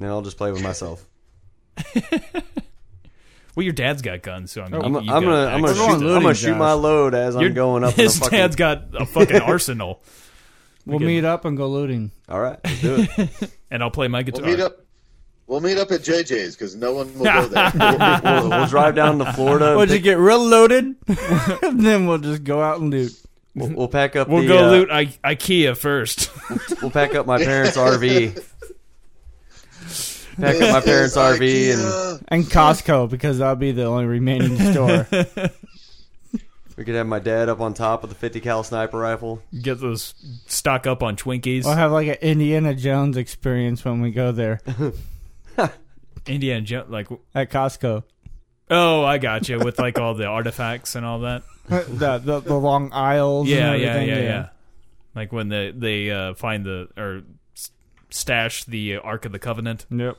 And I'll just play with myself.
Well, your dad's got guns, so I mean,
I'm,
you,
I'm
you got
gonna I'm gonna
access.
shoot, I'm
looting,
gonna shoot my
Josh.
load as I'm
Your-
going up. in the
His
fucking,
dad's got a fucking arsenal,
We'll meet up and go looting.
All right, let's do it.
and I'll play my guitar.
We'll meet up. We'll meet up at JJ's because no one will go there.
we'll, we'll drive down to Florida. and
What'd you
pick,
get real loaded? and then we'll just go out and loot.
we'll, we'll pack up.
We'll
the,
go
uh,
loot I- IKEA first.
We'll pack up my parents' RV. Pack up my parents' RV and
Ikea.
And Costco, because that'll be the only remaining store.
we could have my dad up on top with the 50 cal sniper rifle.
Get those stock up on Twinkies.
We'll have like an Indiana Jones experience when we go there
Indiana Jones, like
at Costco.
oh, I got you with like all the artifacts and all that.
the, the the long aisles.
Yeah,
and
yeah,
everything,
yeah, yeah. Like when they they uh, find the or s- stash the Ark of the Covenant.
Yep.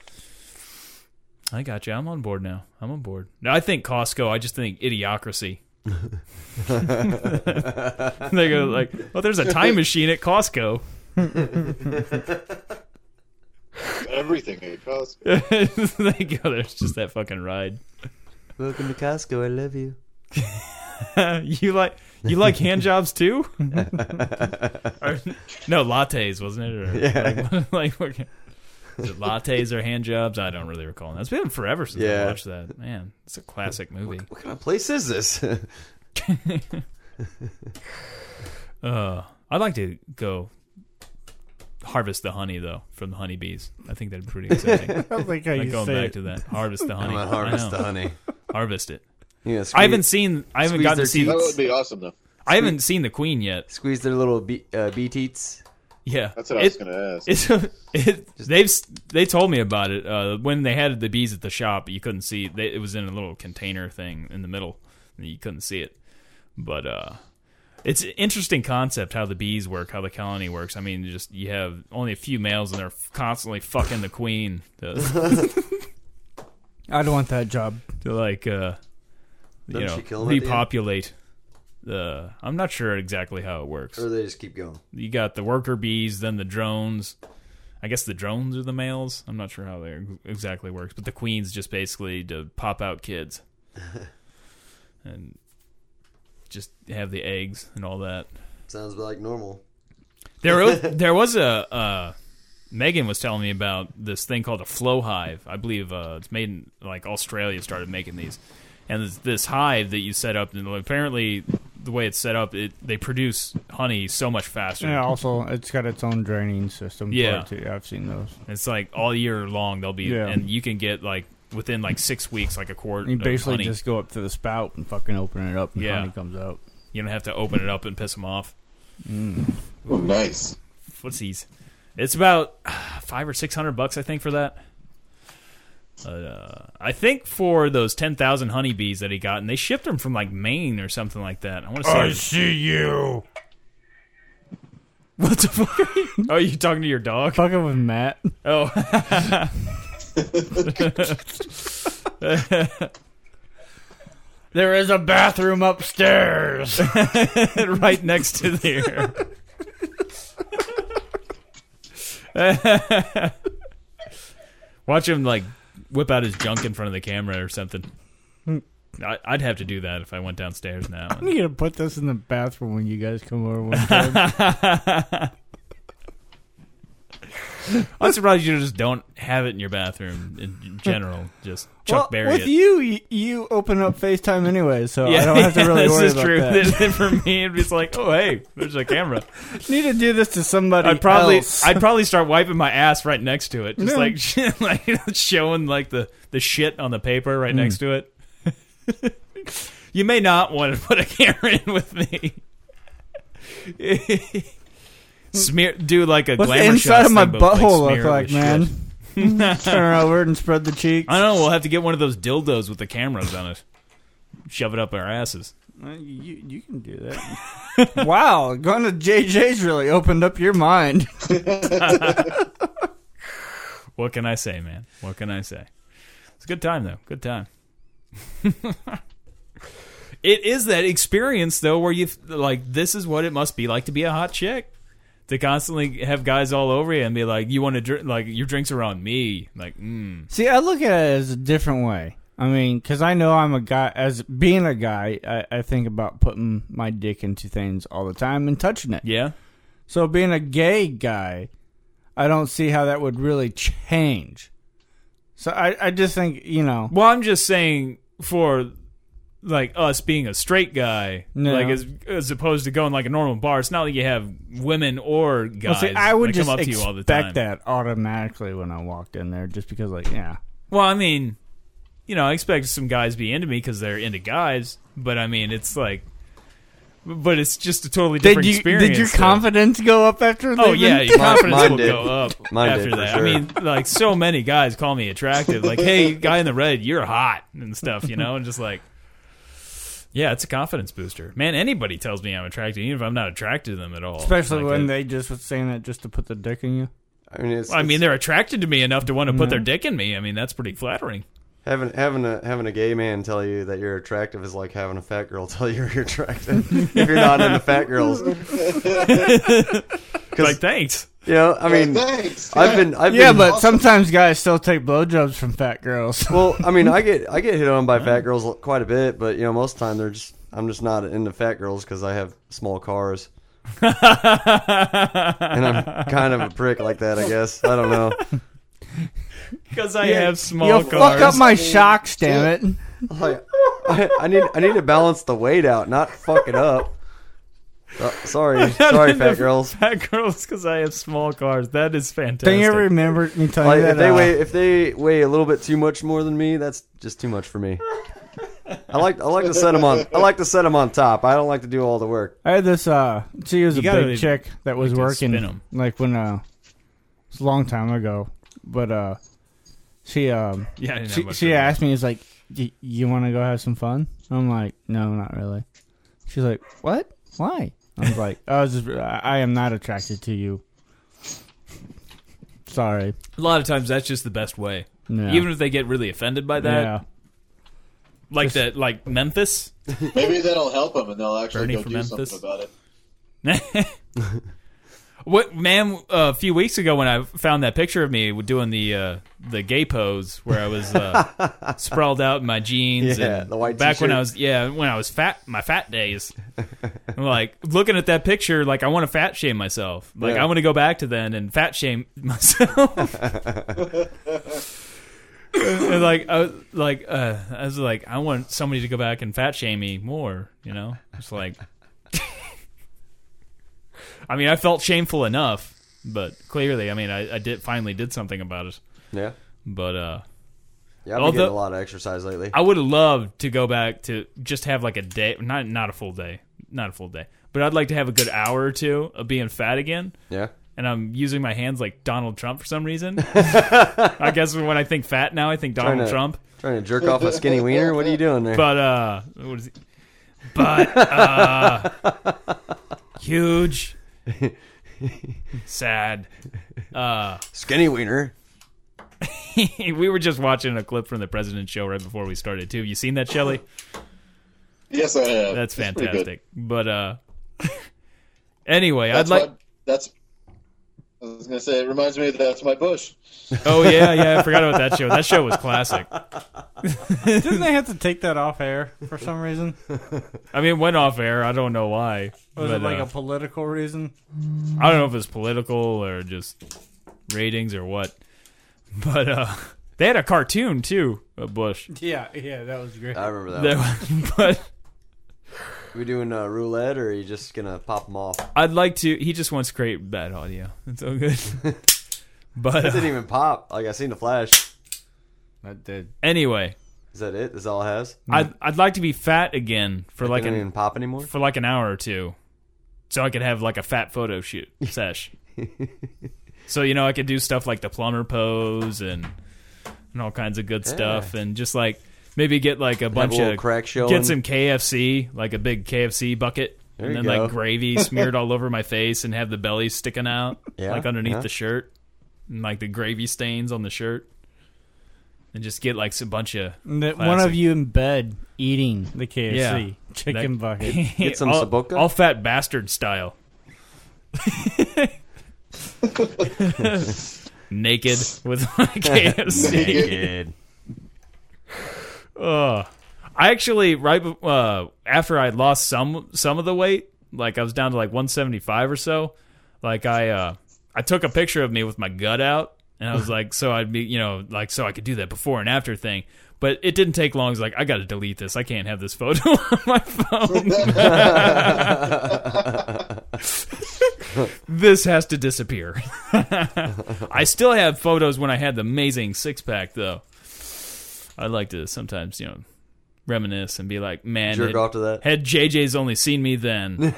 I got you. I'm on board now. I'm on board. No, I think Costco. I just think idiocracy. they go like, "Oh, there's a time machine at Costco."
Everything at Costco.
they go, "There's just that fucking ride."
Welcome to Costco. I love you.
you like you like hand jobs too? Or- no, lattes, wasn't it? Or,
Yeah.
Like, like, okay. Is it lattes or hand jobs? I don't really recall. That's been forever since
Yeah.
I watched that. Man, it's a classic movie.
What kind of place is this?
Uh, I'd like to go harvest the honey though from the honeybees. I think that'd be pretty exciting.
I like how
like
you
going
say
back
it.
to that, harvest the honey.
I'm gonna
I
harvest
know.
the honey.
Harvest it.
You know,
I haven't
squeeze-
seen. I haven't
squeeze
gotten
their
to see.
That would be awesome though.
I haven't seen the queen yet.
squeeze their little bee, uh, bee teats.
Yeah,
That's what I
It-
was going to ask.
It's it, they've s- they told me about it uh, when they had the bees at the shop. You couldn't see they, it was in a little container thing in the middle, and you couldn't see it. But uh, it's an interesting concept how the bees work, how the colony works. I mean, just you have only a few males, and they're constantly fucking the queen to,
I'd want that job.
to like uh, you
Doesn't
know
she kill them at the end?
repopulate. The I'm not sure exactly how it works.
Or they just keep going.
you got the worker bees, then the drones. I guess the drones are the males. I'm not sure how they exactly works, but the queens just basically to pop out kids, and just have the eggs and all that.
Sounds like normal.
There, o- there was a uh, Megan was telling me about this thing called a flow hive. I believe uh, it's made in like Australia started making these, and this, this hive that you set up. And apparently, the way it's set up, it they produce honey so much faster.
And also, it's got its own draining system. for
Yeah.
it, too. I've seen those.
It's like all year long they'll be,
Yeah.
and you can get like within like six weeks like a quart.
You
of
basically
honey.
just go up to the spout and fucking open it up, and
Yeah.
honey comes out.
you don't have to open it up and piss them off.
Oh, nice.
Footsies. It's about ah, five or six hundred bucks I think for that. Uh, I think for those ten thousand honeybees that he got, and they shipped them from like Maine or something like that. I want to say.
see you.
what the fuck? Are you, oh, you talking to your dog?
Fucking with Matt.
Oh.
There is a bathroom upstairs.
right next to there. Watch him like whip out his junk in front of the camera or something. I, I'd have to do that if I went downstairs now.
I'm gonna put this in the bathroom when you guys come over one time.
I'm surprised you just don't have it in your bathroom in general. Just Chuck
well,
Berry
with
it.
you, you, you open up FaceTime anyway, so I don't have to really
this
worry
is
about
true.
that.
Then for me, it'd be just like, oh hey, there's a camera.
Need to do this to somebody.
I'd probably
else.
I'd probably start wiping my ass right next to it, just
Yeah.
like like you know, showing like the the shit on the paper
Mm.
right next to it. you may not want to put a camera in with me. smear, do like a
What's the
glamour
inside
shots
of my
thing, but,
butthole
like,
look
smear it
like,
with
man?
shit.
Turn over and spread the cheeks.
I don't know. We'll have to get one of those dildos with the cameras on it. Shove it up our asses.
Uh, You you can do that. wow, going to JJ's really opened up your mind.
What can I say, man? What can I say? It's a good time though. Good time. it is that experience though where you like this is what it must be like to be a hot chick. To constantly have guys all over you and be like, "You want to drink? Like your drinks are on me." Like, mm.
See, I look at it as a different way. I mean, because I know I'm a guy. As being a guy, I, I think about putting my dick into things all the time and touching it.
yeah,
So being a gay guy, I don't see how that would really change. So I, I just think you know
Well, I'm just saying for like us being a straight guy,
No.
like as as opposed to going like a normal bar. It's not like you have women or
Well,
guys.
see, I would
that
just
come up to
expect
you all the time.
that automatically when I walked in there, just because like yeah,
Well, I mean, you know, I expect some guys to be into me because they're into guys, but I mean, it's like, but it's just a totally different
did you
experience.
did your
though.
confidence go up after?
Oh
leaving?
yeah, your
Mine-
confidence
mine
will
did.
go up
Mine did,
after
for
that.
sure.
I mean, like so many guys call me attractive, like hey, guy in the red, you're hot and stuff, you know, and just like yeah, it's a confidence booster. Man, anybody tells me I'm attractive, even if I'm not attracted to them at all.
especially
Like,
when
it-
they just was saying that just to put the dick in you.
I mean, it's,
I mean,
it's-
they're attracted to me enough to want to
Mm-hmm.
put their dick in me. I mean, that's pretty flattering.
having having a having a gay man tell you that you're attractive is like having a fat girl tell you you're attractive if you're not into fat girls.
Like, thanks.
You know, I mean,
Thanks.
I've been I've
Yeah,
been,
but sometimes guys still take blowjobs from fat girls.
well, I mean, I get I get hit on by fat girls quite a bit, but you know, most of the time they're just I'm just not into fat girls because I have small cars. and I'm kind of a prick like that, I guess. I don't know.
Because I have small
You'll
cars.
fuck up my shocks, damn it.
Like, I, I need I need to balance the weight out, not fuck it up. Uh, sorry, sorry, fat girls.
Fat girls, because I have small cars. That is fantastic.
Don't you ever remember me telling
Like
you that?
if they
uh,
weigh if they weigh a little bit too much more than me, that's just too much for me. I like I like to set them on I like to set 'em on top. I don't like to do all the work.
I had this. uh She was
You
a
gotta
big chick that was
like to
working,
spin 'em.
like when uh, it's a long time ago. But uh she um
Yeah, I didn't have
she,
much
she
room.
asked me, "Is like, y- you want to go have some fun?" I'm like, "No, not really." She's like, "What? Why?" I was like, "I was just, I I am not attracted to you." Sorry.
A lot of times, that's just the best way.
Yeah.
Even if they get really offended by that,
yeah.
like that, like Memphis.
Maybe that'll help them, and they'll actually
Bernie
go
from
do
Memphis.
something about it.
what man? a few weeks ago, when I found that picture of me doing the uh, the gay pose, where I was uh, sprawled out in my jeans,
Yeah,
and
the white
back when
t-shirt.
I was yeah, when I was fat, my fat days. I'm like looking at that picture, like I want to fat shame myself. Like
Yeah.
I want to go back to then and fat shame myself. And, like I was- like uh, I was like I want somebody to go back and fat shame me more. You know, it's like I mean I felt shameful enough, but clearly I mean I, I did finally did something about it.
Yeah,
But uh,
yeah. I've been
Although-
getting a lot of exercise lately.
I would have loved to go back to just have like a day, not not a full day, not a full day, but I'd like to have a good hour or two of being fat again.
Yeah,
And I'm using my hands like Donald Trump for some reason. I guess when I think fat now, I think Donald
to-
Trump.
trying to jerk off a skinny wiener. What are you doing there?
But uh, what is he? But uh, huge, sad.
skinny wiener.
we were just watching a clip from the President's Show right before we started too. You seen that, Shelley?
Yes, I have.
That's
It's pretty good.
fantastic. But uh, anyway,
That's
I'd like.
my- that's. I was gonna say it reminds me of that's my bush.
Oh yeah, yeah. I forgot about that show. That show was classic.
Didn't they have to take that off air for some reason?
I mean, it went off air. I don't know why.
Was
but,
it like
uh,
a political reason?
I don't know if it's political or just ratings or what. But uh, they had a cartoon too, of Bush.
Yeah, yeah, that was great.
I remember that.
That
one.
was- but
we doing uh, roulette, or are you just gonna pop them off?
I'd like to. He just wants to create bad audio. It's all good. But
It
uh,
didn't even pop. Like I seen the flash.
That did.
anyway,
Is that it? Is all it has?
Hmm.
I'd I'd like to be fat again for
Like
like
didn't even
an
pop anymore.
for like an hour or two, so I could have like a fat photo shoot sesh. so you know, I could do stuff like the plumber pose and and all kinds of good stuff, and just like Maybe get like a bunch
little
of
crack showing.
Get some KFC, like a big KFC bucket,
you
and then
go.
like gravy smeared all over my face, and have the belly sticking out,
Yeah,
like underneath
yeah.
the shirt, and like the gravy stains on the shirt, and just get like some bunch of
And that one
Classic.
of you in bed eating the KFC
Yeah.
chicken
That-
bucket.
Get some
all,
Saboka?
all fat bastard style. Naked with my KFC.
Naked.
Ugh. I actually right bef- uh, after I lost some some of the weight, like I was down to like 175 or so. Like I uh, I took a picture of me with my gut out, and I was like, so I'd be you know like so I could do that before and after thing. But it didn't take long. I was like, I got to delete this. I can't have this photo on my phone. this has to disappear. I still have photos when I had the amazing six pack, though. I like to sometimes, you know, reminisce and be like, man,
Jerk
had,
off to that.
had JJ's only seen me then.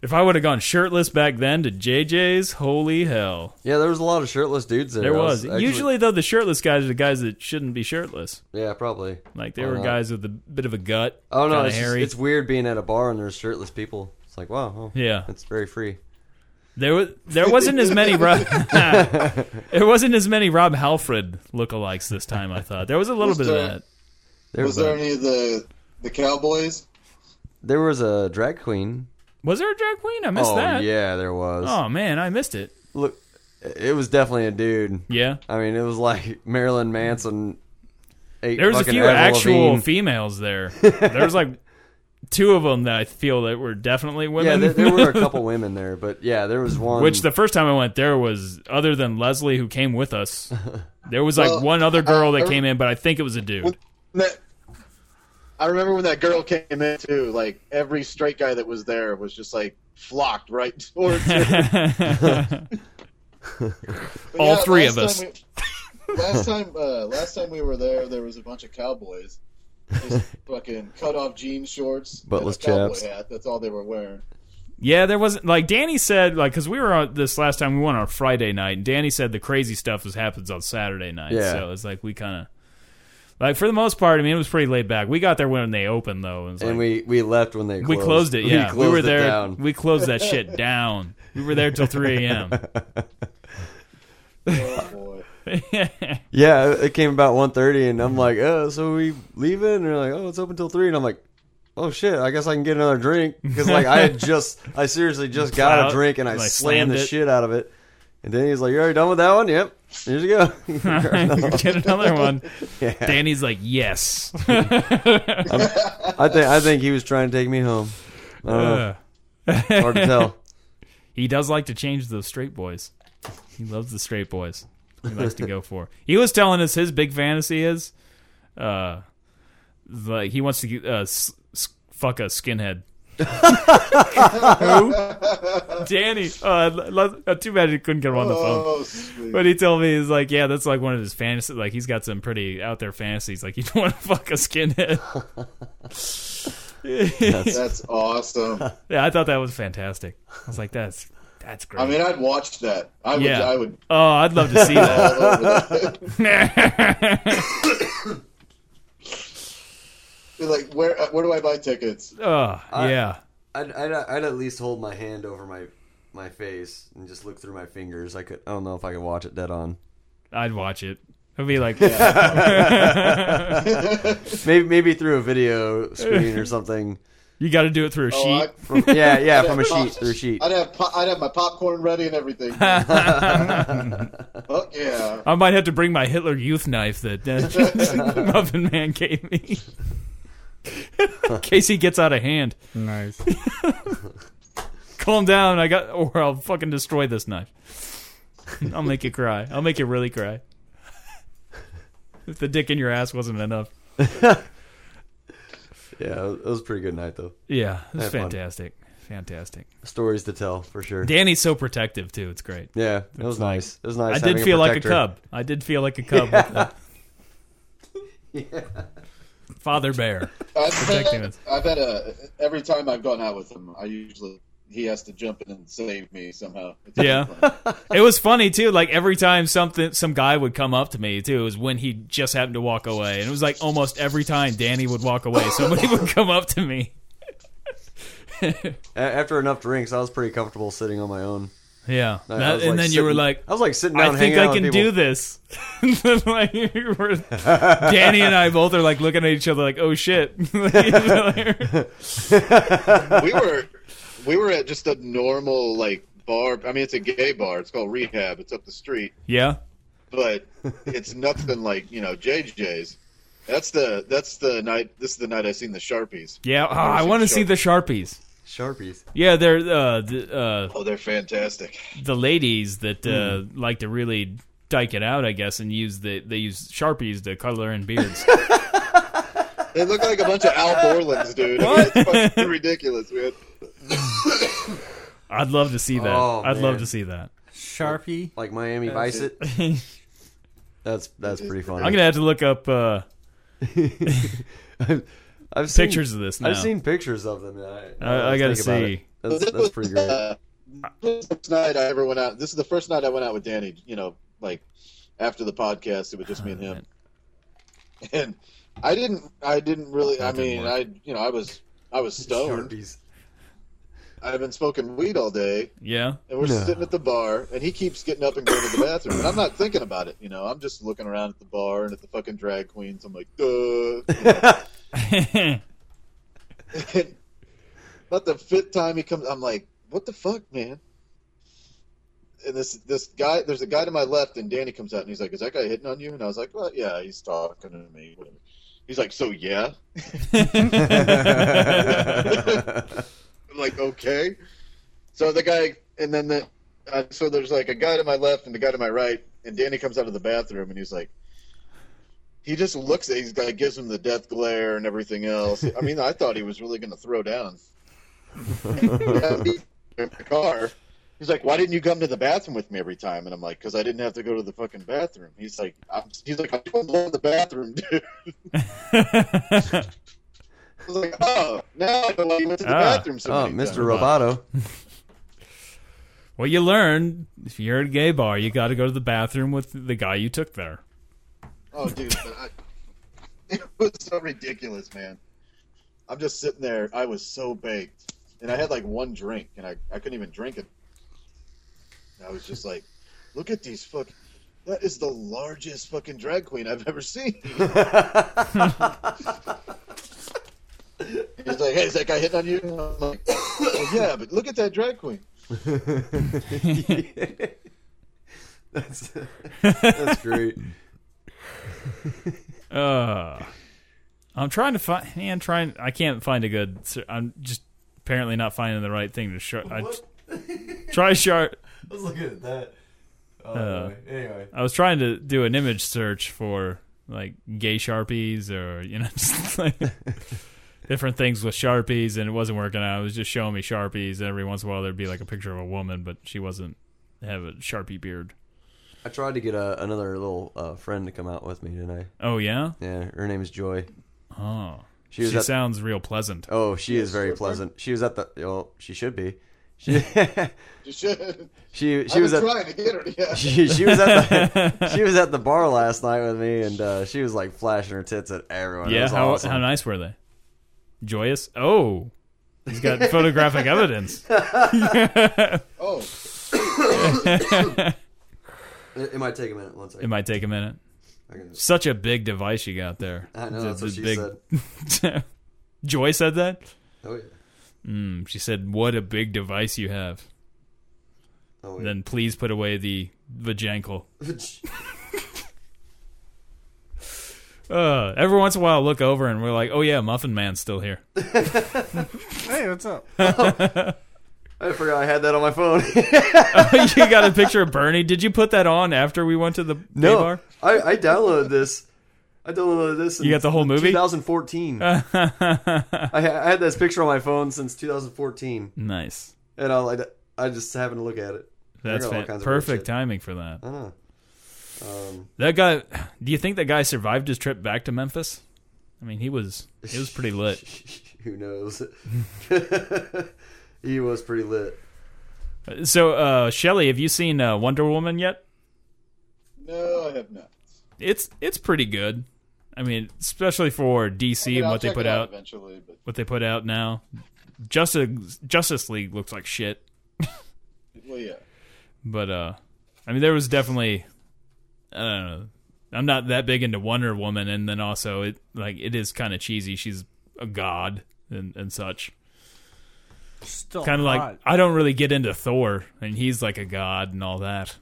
if I would have gone shirtless back then to JJ's, holy hell.
Yeah, there was a lot of shirtless dudes there.
There
I
was.
actually-
Usually, though, the shirtless guys are the guys that shouldn't be shirtless.
Yeah, probably.
Like, they
Why
were
not?
guys with a bit of a gut.
Oh no,
kinda
it's, just-
hairy.
it's weird being at a bar and there's shirtless people. It's like wow, oh,
Yeah.
it's very free.
There was there wasn't as many Rob there wasn't as many Rob Halfred lookalikes this time. I thought there was a little
Was
bit of
there-
that.
There
Was
was,
there
a,
any of the the cowboys?
there was a drag queen.
Was there a drag queen? I missed
oh
that.
yeah, there was.
Oh man, I missed it.
Look, it was definitely a dude.
Yeah,
I mean, it was like Marilyn Manson. Ate
there was a
fucking
few
Avril
actual
Lavigne.
females there. There was like two of them that I feel that were definitely
yeah,
women.
there, there were a couple women there, but yeah, there was one.
Which the first time I went there was other than Leslie who came with us. There was like
Well,
one
uh,
other girl that
I-
came in, but I think it was a dude.
When that- I remember when that girl came in too. Like every straight guy that was there was just like flocked right towards her.
All three of
last time we- last time, uh, last time we were there, there was a bunch of cowboys. Just fucking cut off jean shorts, and a
Buttless
cowboy
chaps.
hat. That's all they were wearing.
Yeah, there wasn't like Danny said like because we were on this last time we went on Friday night, and Danny said the crazy stuff was happens on Saturday night.
Yeah.
So it's like we kind of like for the most part, I mean, it was pretty laid back. We got there when they opened though, and, it was
and
like,
we we left when they
we
closed.
closed it. Yeah, we,
closed
were
it
there.
down.
We closed that shit down. We were there till three a.m.
Oh boy.
Yeah, it came about 1.30 and I'm like, oh, so we leaving? And they're like, oh, it's open till three, and I'm like, oh shit, I guess I can get another drink because like I had just, I seriously just got
Plowed,
a drink and I
and I
slammed
slammed
the
it.
shit out of it. And then he's like, you already done with that one? Yep, here you go.
Get another one.
Yeah.
Danny's like, yes.
I think I think he was trying to take me home. I don't
Uh,
know. It's hard to tell.
He does like to change those straight boys. He loves the straight boys. He likes to go for. He was telling us his big fantasy is, uh, like he wants to uh, s- s- fuck a skinhead. Who? Danny. Uh, l- l- uh, too bad he couldn't get him on the phone.
Oh sweet.
But he told me he's like, yeah, that's like one of his fantasies. Like he's got some pretty out there fantasies. Like you want to fuck a skinhead.
That's awesome.
yeah, I thought that was fantastic. I was like, that's that's great.
I mean, I'd watch that. I would.
Yeah.
I would.
oh, I'd love to see that.
All over that. Be like, where? uh, Where do I buy tickets?
Oh, yeah.
I'd, I'd I'd at least hold my hand over my my face and just look through my fingers. I could I don't know if I could watch it dead on.
I'd watch it. I'd be like,
Maybe maybe through a video screen or something.
you got to do it through a sheet.
Oh, I,
Yeah, yeah, from a sheet through a sheet.
I'd have po- I'd have my popcorn ready and everything. Fuck yeah!
I might have to bring my Hitler Youth knife that uh, Muffin Man gave me. In case he gets out of hand.
nice.
Calm down. I got, or I'll fucking destroy this knife. I'll make you cry. I'll make you really cry. if the dick in your ass wasn't enough.
Yeah, it was a pretty good night though.
Yeah, it was
Had fun.
fantastic. Fantastic.
Stories to tell for sure.
Danny's so protective too. It's great.
Yeah, it was nice. It was nice.
I did
having
feel like a
protector.
cub. I did feel like a cub. With that. Father bear.
I've
Protecting
had,
us.
I've had a every time I've gone out with him, I usually he has to jump in and save me somehow. It's
Yeah.
really fun.
It was funny too. Like every time something, some guy would come up to me too. It was when he just happened to walk away, and it was like almost every time Danny would walk away, somebody would come up to me.
A- After enough drinks, I was pretty comfortable sitting on my own.
Yeah,
I- I
That-
was,
and
like,
then you were
sitting-
like,
I was like sitting down.
I think
hanging
I
out
can
with people.
do this. And then, like, we're- Danny and I both are like looking at each other, like, "Oh shit!"
we were we were at just a normal like bar. I mean, it's a gay bar. It's called Rehab. It's up the street,
yeah,
but it's nothing like you know JJ's. That's the that's the night. This is the night I seen the Sharpies.
yeah. Oh, I want to see the sharpies.
Sharpies.
Yeah, they're uh, the uh,
Oh, they're fantastic.
the ladies that uh,
Hmm.
like to really dyke it out, I guess, and use the they use sharpies to color in beards.
They look like a bunch of Al Borlands, dude. I mean, it's fucking ridiculous, man.
I'd love to see that.
Oh,
I'd love
man.
to see that.
Sharpie.
Like Miami Vice it.
I'm
That's that's pretty funny.
gonna have to look up uh,
I've seen,
pictures of this now.
I've seen pictures of them. I,
I- I
was
gotta
thinking about it.
see.
That's, that's pretty great.
Uh, this was the first night I ever went out. This is the first night I went out with Danny. You know, like after the podcast, it was just me and him. And I didn't. I didn't really. I mean, I you know, I was I was stoned.
Sharpies.
I've been smoking weed all day,
yeah,
and we're
No.
sitting at the bar, and he keeps getting up and going to the bathroom, and I'm not thinking about it. You know, I'm just looking around at the bar and at the fucking drag queens. I'm like, duh. And about the fifth time he comes, I'm like, "What the fuck, man?" And this this guy, there's a guy to my left, and Danny comes out, and he's like, "Is that guy hitting on you?" And I was like, "Well, yeah, he's talking to me." whatever." He's like, "So yeah?" I'm like, "Okay." So the guy, and then the uh, so there's like a guy to my left and the guy to my right, and Danny comes out of the bathroom, and he's like. He just looks at he's like gives him the death glare and everything else. I mean, I thought he was really going to throw down. in the car. He's like, "Why didn't you come to the bathroom with me every time?" And I'm like, "Cause I didn't have to go to the fucking bathroom." He's like, I'm, "He's like, I don't go to the bathroom, dude." I was like, "Oh, now I know why you went to the
Ah.
bathroom so
oh,
many
Mr.
times."
Roboto.
well, you learn if you're at a gay bar, you got to go to the bathroom with the guy you took there.
Oh, dude, but I, it was so ridiculous, man. I'm just sitting there. I was so baked, and I had like one drink, and I, I couldn't even drink it. And I was just like, look at these fuck. That is the largest fucking drag queen I've ever seen. He's like, hey, is that guy hitting on you? And I'm like, "Well, yeah, but look at that drag queen.
that's that's great.
Uh, I'm trying to find. Man, trying. I can't find a good. I'm just apparently not finding the right thing to show. I try sharp.
Let's look at that. Oh,
Uh,
anyway,
I was trying to do an image search for like gay sharpies or you know just like different things with sharpies, and it wasn't working out. It was just showing me sharpies, and every once in a while there'd be like a picture of a woman, but she wasn't have a sharpie beard.
I tried to get a, another little uh, friend to come out with me, didn't I?
Oh yeah.
Yeah, her name is Joy.
Oh,
She was
she
at,
sounds real pleasant.
Oh, she is very pleasant. She was at the. Well, she should be. She
You should.
she, she
I've
was
been
at.
trying to get her. Yeah.
She, she was at the she was at the bar last night with me, and uh, she was like flashing her tits at everyone. it
Yeah,
was
how
awesome.
how nice were they? Joyous. Oh, he's got photographic evidence.
Oh,
It, it might take a minute. One second.
It might take a minute.
I can-
Such a big device you got there.
I know
The-
that's what
the
she
big-
said.
Joy said that.
Oh yeah.
Mm, she said, "What a big device you have."
Oh, yeah.
Then please put away the vajankle. Uh, every once in a while, I look over and we're like, "Oh yeah, Muffin Man's still here."
Hey, what's up?
I forgot I had that on my phone.
you got a picture of Bernie. Did you put that on after we went to the gay
no,
bar?
I, I downloaded this. I downloaded this. In
You got the whole movie?
2014. I, ha- I had this picture on my phone since 2014,
Nice.
and I like I just happened to look at it.
That's
got all
fan-
kinds of weird
perfect
shit.
timing for that.
I know. Um,
That guy. Do you think that guy survived his trip back to Memphis? I mean, he was he was pretty lit.
who knows? He was pretty lit.
So, uh, Shelly, have you seen uh, Wonder Woman yet?
No, I have not.
It's it's pretty good. I mean, especially for DC
I mean,
and
I'll
what they
check
put
it
out,
eventually, but
what they put out now. Justice Justice League looks like shit,
well, yeah.
but uh, I mean, there was definitely I don't know. I'm not that big into Wonder Woman, and then also it like it is kind of cheesy. She's a god and and such.
Still
kind of like I don't really get into Thor, and he's like a god and all that.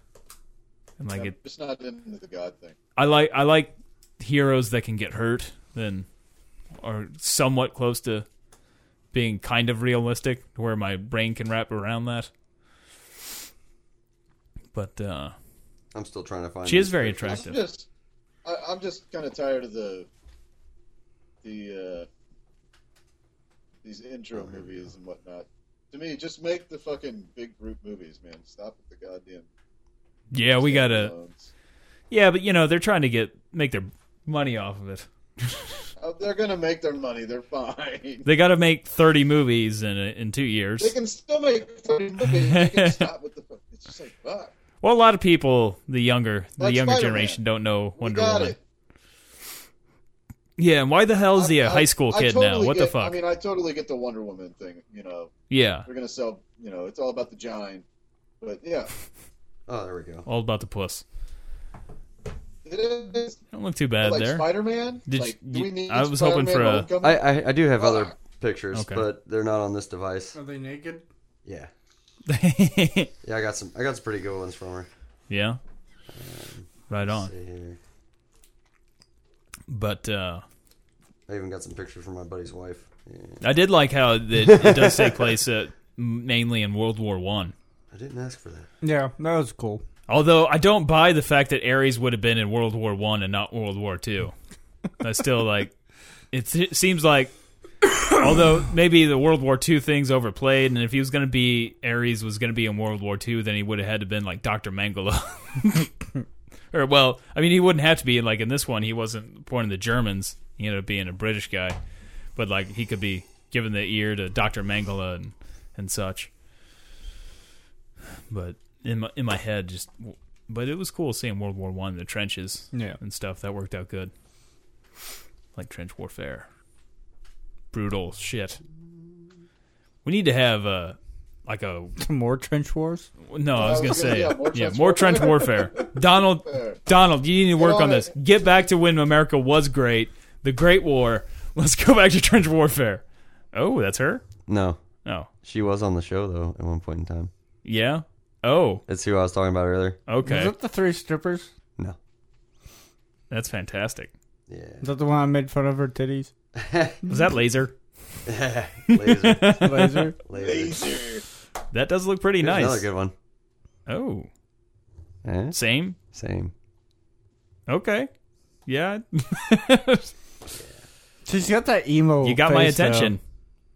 And like
I'm
it,
just not into the God thing.
I like I like heroes that can get hurt, then are somewhat close to being kind of realistic, where my brain can wrap around that. But uh,
I'm still trying to find.
she is
these
very
pictures.
I'm
attractive.
just, I, I'm just kind of tired of the, the, uh, these
Oh,
intro movies and whatnot. To me, just make the fucking big group movies, man. Stop with the goddamn.
Yeah, we gotta.
standalones.
Yeah, but you know they're trying to get make their money off of it.
Oh, they're gonna make their money. They're fine.
They got to make thirty movies in in two years.
They can still make fucking movies. They can stop with the. fuck- It's just like fuck.
Well, a lot of people, the younger the
Like
younger
Spider-Man.
generation, don't know
We
Wonder
got
Woman.
it.
Yeah, and why the hell is he
I-
a
I-
high school
I
kid
totally
now? What the
get-
fuck?
I mean, I totally get the Wonder Woman thing. You know,
yeah,
they're gonna sell. You know, it's all about the giant. But yeah,
Oh, there we go.
all about the puss.
it is
Don't look too bad
like
Uh, there.
Spider Man.
Did
like,
you-
do we
you-
need
I was hoping for
Spider-Man
a-
Homecoming?
I, I I do have other pictures,
Okay.
but they're not on this device.
Are they naked?
Yeah, yeah. I got some. I got some pretty good ones from her.
yeah, right on.
See here.
But uh,
I even got some pictures from my buddy's wife. Yeah.
I did like how it, it does take place uh, mainly in World War One.
I didn't ask for that.
Yeah, that was cool.
Although I don't buy the fact that Ares would have been in World War One and not World War Two. I still like. It, it seems like, although maybe the World War Two thing's overplayed, and if he was going to be Ares was going to be in World War Two, then he would have had to been like Doctor Mangala. or well, I mean, he wouldn't have to be like in this one. He wasn't born to the Germans. He ended up being a British guy, but like he could be given the ear to Doctor Mangala and and such but in my in my head just but it was cool seeing World War One in the trenches
Yeah.
and stuff that worked out good like trench warfare brutal shit we need to have uh like a
More trench wars.
no I was gonna say
yeah, more
yeah
trench
more trench warfare Donald Donald you need to work
on
on this
it.
get back to when America was great the Great War let's go back to trench warfare oh that's her
No,
oh
she was on the show though at one point in time.
yeah oh
It's who I was talking about earlier.
Is
okay
that the three strippers?
No.
that's fantastic
Is
Yeah.
that the one I made fun of her titties?
was that laser
Laser.
Laser.
Laser.
That does look pretty
Here's Another
nice.
good one.
Oh,
Eh?
same.
Same.
Okay. Yeah,
She's got that emo.
you got my
face, though.
attention.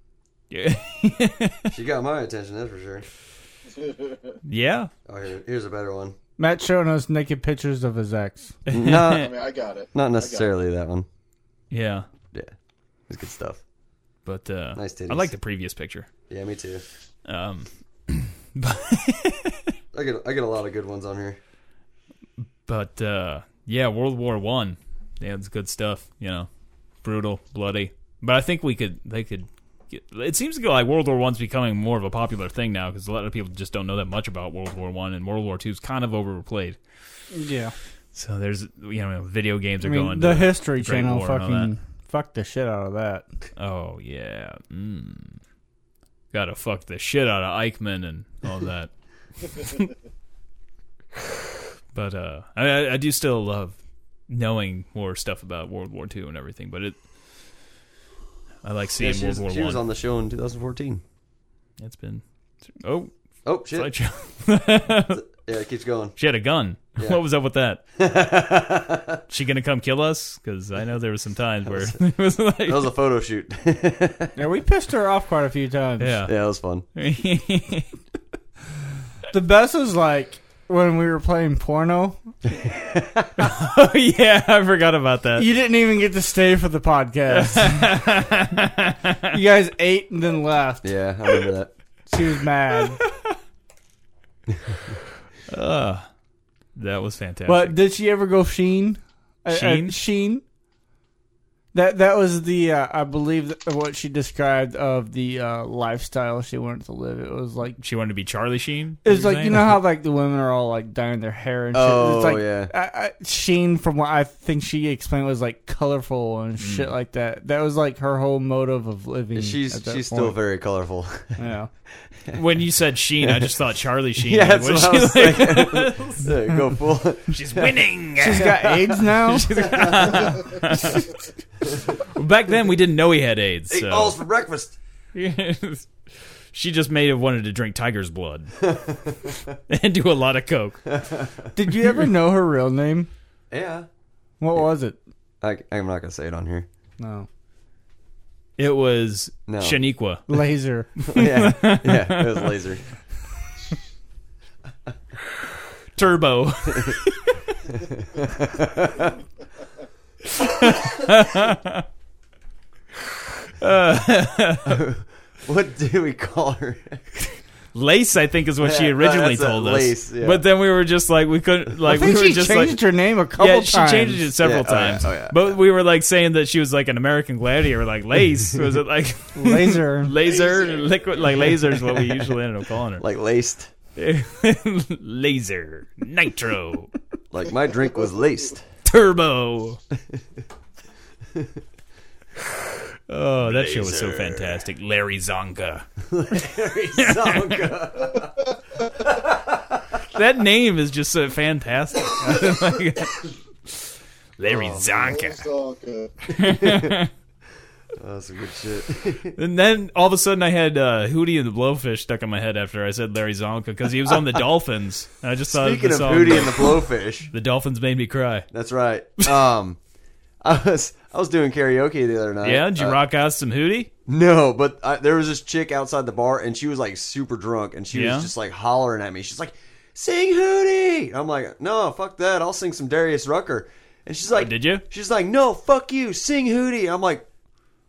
Yeah.
She got my attention, that's for sure.
yeah.
Oh, here, here's a better one.
Matt showing us naked pictures of his ex.
I
Not,
mean, I got it.
not necessarily that one.
Yeah.
Yeah. It's good stuff.
But uh
Nice titties.
I like the previous picture.
Yeah, me too.
Um
I get I get a lot of good ones on here.
but uh yeah, World War 1. Yeah, it's good stuff, you know. Brutal, bloody. But I think we could they could get, it seems to go like World War One's becoming more of a popular thing now because a lot of people just don't know that much about World War One, and World War Two's kind of overplayed.
Yeah.
So there's you know video games
I
are
mean,
going
the
to
History
Great
Channel
War and all
fucking fucked the shit out of that.
Oh yeah. Mm. Gotta fuck the shit out of Eichmann and all that. but uh I- I I do still love knowing more stuff about World War II and everything, but it I like
Yeah,
seeing
she was,
World
she
War
was
One.
on the show in 2014.
It's been Oh,
Oh, shit.
slideshow.
Yeah, it keeps going.
she had a gun.
Yeah.
What was up with that? she gonna come kill us? Because I know there was some times where it was like,
That was a photo shoot. yeah,
Yeah, we pissed her off quite a few times.
yeah,
that was fun.
The best was like when we were playing porno.
oh yeah, I forgot about that.
You didn't even get to stay for the podcast. you guys ate and then left.
Yeah, I remember that.
She was mad.
That was fantastic.
but did she ever go Sheen? Uh, uh,
Sheen?
Sheen. That that was the uh, I believe that what she described of the uh, lifestyle she wanted to live. It was like
she wanted to be Charlie Sheen.
It's like
saying?
you know how like the women are all like dyeing their hair and shit.
Oh,
it's like,
yeah.
I, I, Sheen, from what I think she explained, was like colorful
Hmm.
and shit like that. That was like her whole motive of
Mm,
living.
She's
at that
she's still
point.
very colorful.
Yeah.
when you said Sheen, I just thought Charlie Sheen.
yeah, that's
What's
what I
she
was
like?
thinking. Go full.
She's winning.
She's got AIDS now.
Back then, we didn't know he had AIDS.
Eat
so-
balls for breakfast.
Yes. she just may have wanted to drink tiger's blood and do a lot of coke.
Did you ever know her real name?
Yeah.
What was it?
I, I'm not gonna say it on here.
No.
It was
No.
Shaniqua.
Laser.
Yeah, yeah. It was laser.
Turbo.
What do we call her?
Lace, I think, is what she
Yeah,
originally
that's a
told us.
Lace, yeah.
But then we were just like, we couldn't, like,
I think
we were
she
just
changed
like,
her name a couple
yeah,
times.
she changed it several
Yeah, oh yeah,
times.
oh yeah,
but we were like saying that she was like an American gladiator, like Lace. was it like
Laser.
laser, liquid, like laser is what we usually ended up calling her.
Like laced.
laser, nitro,
Like my drink was laced.
turbo. Oh, that show was so fantastic. Larry Zonka.
Zonka.
That name is just so fantastic. Oh
Oh,
Larry Zonka.
Zonka.
That's some good shit.
And then all of a sudden, I had uh, Hootie and the Blowfish stuck in my head after I said Larry Zonka because he was on the Dolphins. And I just thought
Speaking
the
of
song,
Hootie and the Blowfish,
the Dolphins made me cry.
that's right. Um, I was I was doing karaoke the other night.
Yeah, did you
Uh,
rock out some Hootie?
No, but I, there was this chick outside the bar, and she was like super drunk, and she
Yeah?
was just like hollering at me. She's like, "Sing Hootie!" I'm like, "No, fuck that. I'll sing some Darius Rucker." And she's like,
Oh, did you?
She's like, "No, fuck you. Sing Hootie." I'm like,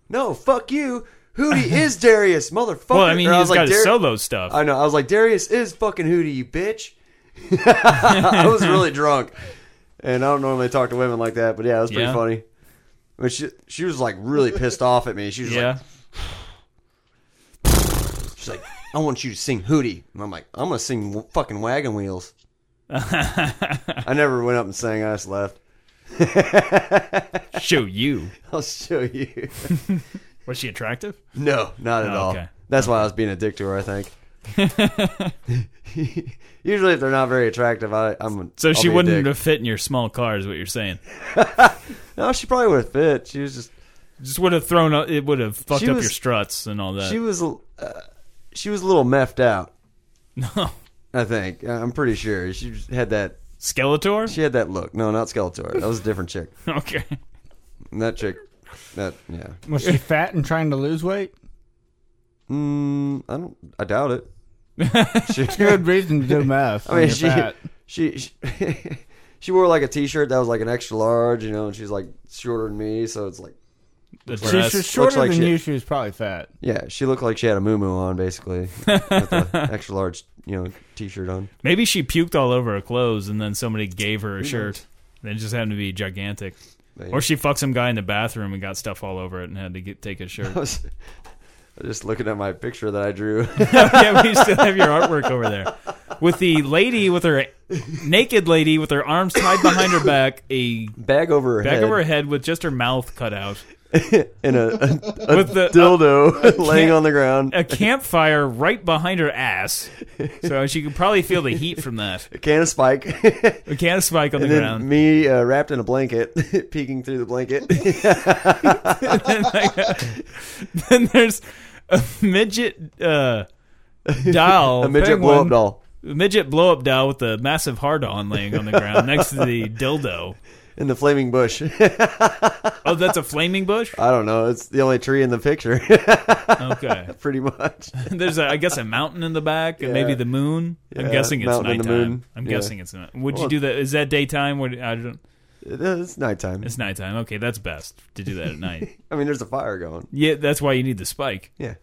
"No, fuck you. Hootie is Darius, motherfucker."
Well, I mean,
And
he's
was like,
got his
"Dar-
solo stuff.
I know. I was like, Darius is fucking Hootie, you bitch. I was really drunk, and I don't normally talk to women like that, but yeah, it was pretty
Yeah.
funny. But she she was like really pissed off at me. She was like,
yeah.
She's like, I want you to sing Hootie. And I'm like, I'm going to sing w- fucking Wagon Wheels. I never went up and sang. I just left.
Show you.
I'll show you.
Was she attractive?
No, not at
Oh,
all.
okay.
That's why I was being a dick to her, I think. Usually, if they're not very attractive, I, I'm. a-
So
I'll
she
be a
wouldn't
dick.
have fit in your small car, is what you're saying.
No, she probably would have fit. She was just.
Just would have thrown up, it would have fucked
She
up
was-
your struts and all that.
She was. Uh, she was a little meffed out.
no.
I think. I'm pretty sure she just had that.
Skeletor?
She had that look. No, not Skeletor. That was a different chick.
okay.
And that chick. That yeah.
Was she fat and trying to lose weight?
Mm, I don't. I doubt it. She-
Good reason to do meth.
I mean,
when
she,
you're fat.
she she she wore like a T-shirt that was like an extra large, you know, and she's like shorter than me, so it's like
That's
She
where
was
that's-
shorter
like
than
she-
you. She was probably fat.
yeah, she looked like she had a muumuu on basically with an extra large, you know, T-shirt on.
Maybe she puked all over her clothes and then somebody gave her a shirt. Then it just happened to be gigantic.
Maybe.
Or she fucked some guy in the bathroom and got stuff all over it and had to get, take a shirt.
I was just looking at my picture that I drew.
yeah, we still have your artwork over there. With the lady with her naked lady with her arms tied behind her back, a
Bag over her
back
head
of her head with just her mouth cut out.
and a, a
With the
dildo laying on the ground.
a campfire right behind her ass. So she could probably feel the heat from that.
A can of spike.
A can of spike on
And
the
then
ground.
me uh, wrapped in a blanket, peeking through the blanket.
And, like, uh, then there's a midget uh, doll.
a midget blow
Oh, penguin-
up doll.
a midget blow up doll with a massive hard on laying on the ground next to the dildo.
In the flaming bush.
Oh, that's a flaming bush?
I don't know. It's the only tree in the picture,
Okay.
pretty much.
There's, a, I guess, a mountain in the back, and maybe
Yeah.
the moon. I'm
Yeah,
guessing it's
mountain and the
nighttime.
moon.
I'm
Yeah.
guessing it's. Not. Would you
Well-
do that? Is that daytime? Would I don't?
It is nighttime.
It's nighttime. Okay, that's best to do that at night.
I mean, there's a fire going.
yeah, that's why you need the spike.
Yeah.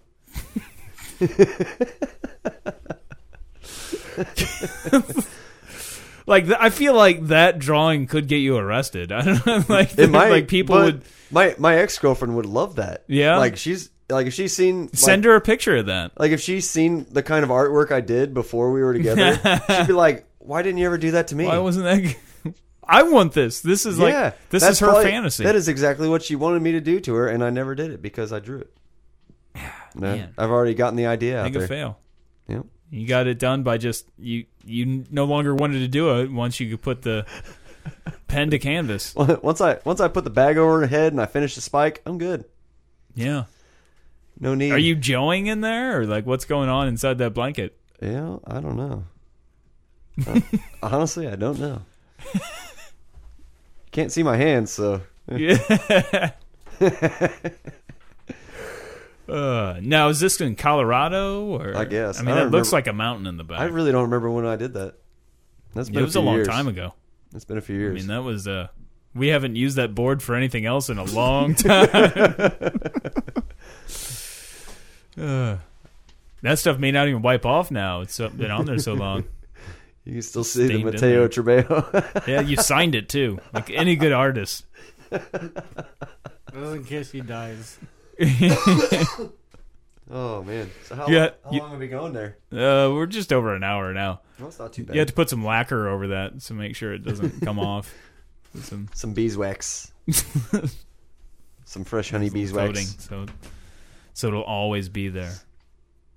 Like th- I feel like that drawing could get you arrested. I don't know. Like
It might
like people
but
would
My my ex girlfriend would love that.
Yeah?
like she's like if she's seen like,
send her a picture of that.
Like if she's seen the kind of artwork I did before we were together, she'd be like, "Why didn't you ever do that to me?"
Why wasn't that? g- I want this. This is like this
that's
is her
probably-
fantasy.
That is exactly what she wanted me to do to her, and I never did it because I drew it. No,
Man.
I've already gotten the idea out
Think of
there.
fail.
Yep.
You got it done by just you. You no longer wanted to do it once you could put the pen to canvas.
Once I once I put the bag over her head and I finish the spike, I'm good.
Yeah.
No need.
Are you joeing in there, or like what's going on inside that blanket?
Yeah, I don't know. Uh, honestly, I don't know. Can't see my hands, so
Yeah. Uh, now is this in Colorado or
I guess.
I
I
mean, that
don't
looks
remember.
like a mountain in the back.
I really don't remember when I did that. That's been
it was a
few
long
years.
time ago.
It's been a few
I
years.
mean, that was uh, we haven't used that board for anything else in a long time. Uh, that stuff may not even wipe off now. It's uh, been on there so long.
you can still see the
Steamed in there.
Mateo Trebejo.
Yeah, you signed it too, like any good artist.
in case he dies.
Uh,
oh man! So how,
Yeah,
how
you-
long have we gone there?
Uh, we're just over an hour now.
Well, it's not too bad.
You have to put some lacquer over that to make sure it doesn't come off. With Some
some beeswax, some fresh honey
coating,
beeswax.
so so it'll always be there,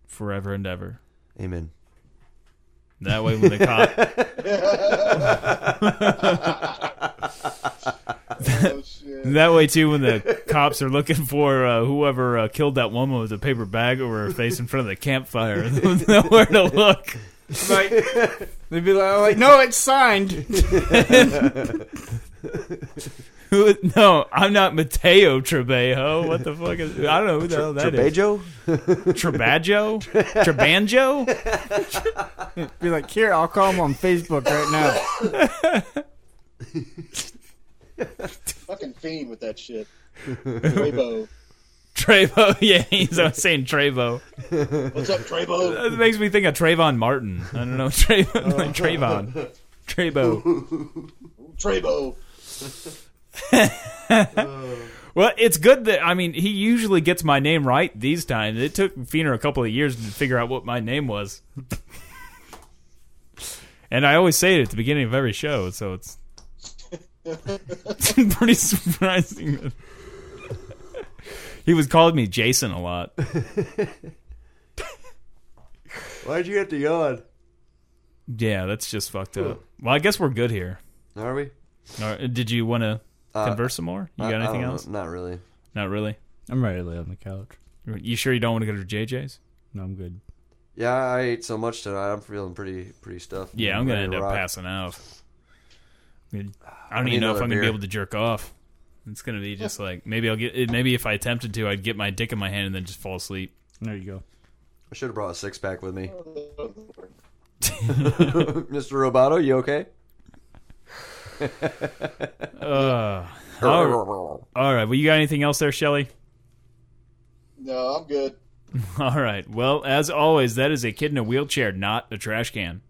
forever and ever.
Amen.
That way, when the cop
Oh, shit.
That way too, when the cops are looking for uh, whoever uh, killed that woman with a paper bag over her face in front of the campfire, they'll know where to look.
Like, they'd be like, like, no, it's signed.
Who- no, I'm not Mateo Trebejo. What the fuck is? I don't know who the hell that is.
Trebejo?
Trebajo, Trebanjo.
Be like, here, I'll call him on Facebook right now.
Fucking fiend with that shit. Trebo.
Trevo. Yeah, he's I was saying Trevo.
What's up, Trebo?
That makes me think of Trayvon Martin. I don't know Trayvon. Like Trayvon. Trevo.
Trebo.
Well, it's good that I mean he usually gets my name right these times. It took Feener a couple of years to figure out what my name was. and I always say it at the beginning of every show, so it's pretty surprising. that- he was calling me Jason a lot.
Why'd you have to yawn?
Yeah, that's just fucked up. Well, I guess we're good here.
Are we?
All right, did you want to converse some more? You
Uh, I-
got
I
anything
don't know.
else?
Not really.
Not really.
I'm ready to lay on the couch.
You sure you don't want to go to JJ's?
No, I'm good.
Yeah, I ate so much tonight. I'm feeling pretty pretty stuffed.
Yeah, I'm gonna
ready
end
to
up
rock.
passing out. I mean, I don't
need
even know if
another
I'm gonna be
beer.
able to jerk off. It's gonna be just like maybe I'll get it- maybe if I attempted to, I'd get my dick in my hand and then just fall asleep.
There you go.
I should have brought a six pack with me. Mr. Roboto, you okay?
Uh, all, all right. Well, you got anything else there, Shelly?
No, I'm good.
All right. Well, as always, that is a kid in a wheelchair, not a trash can.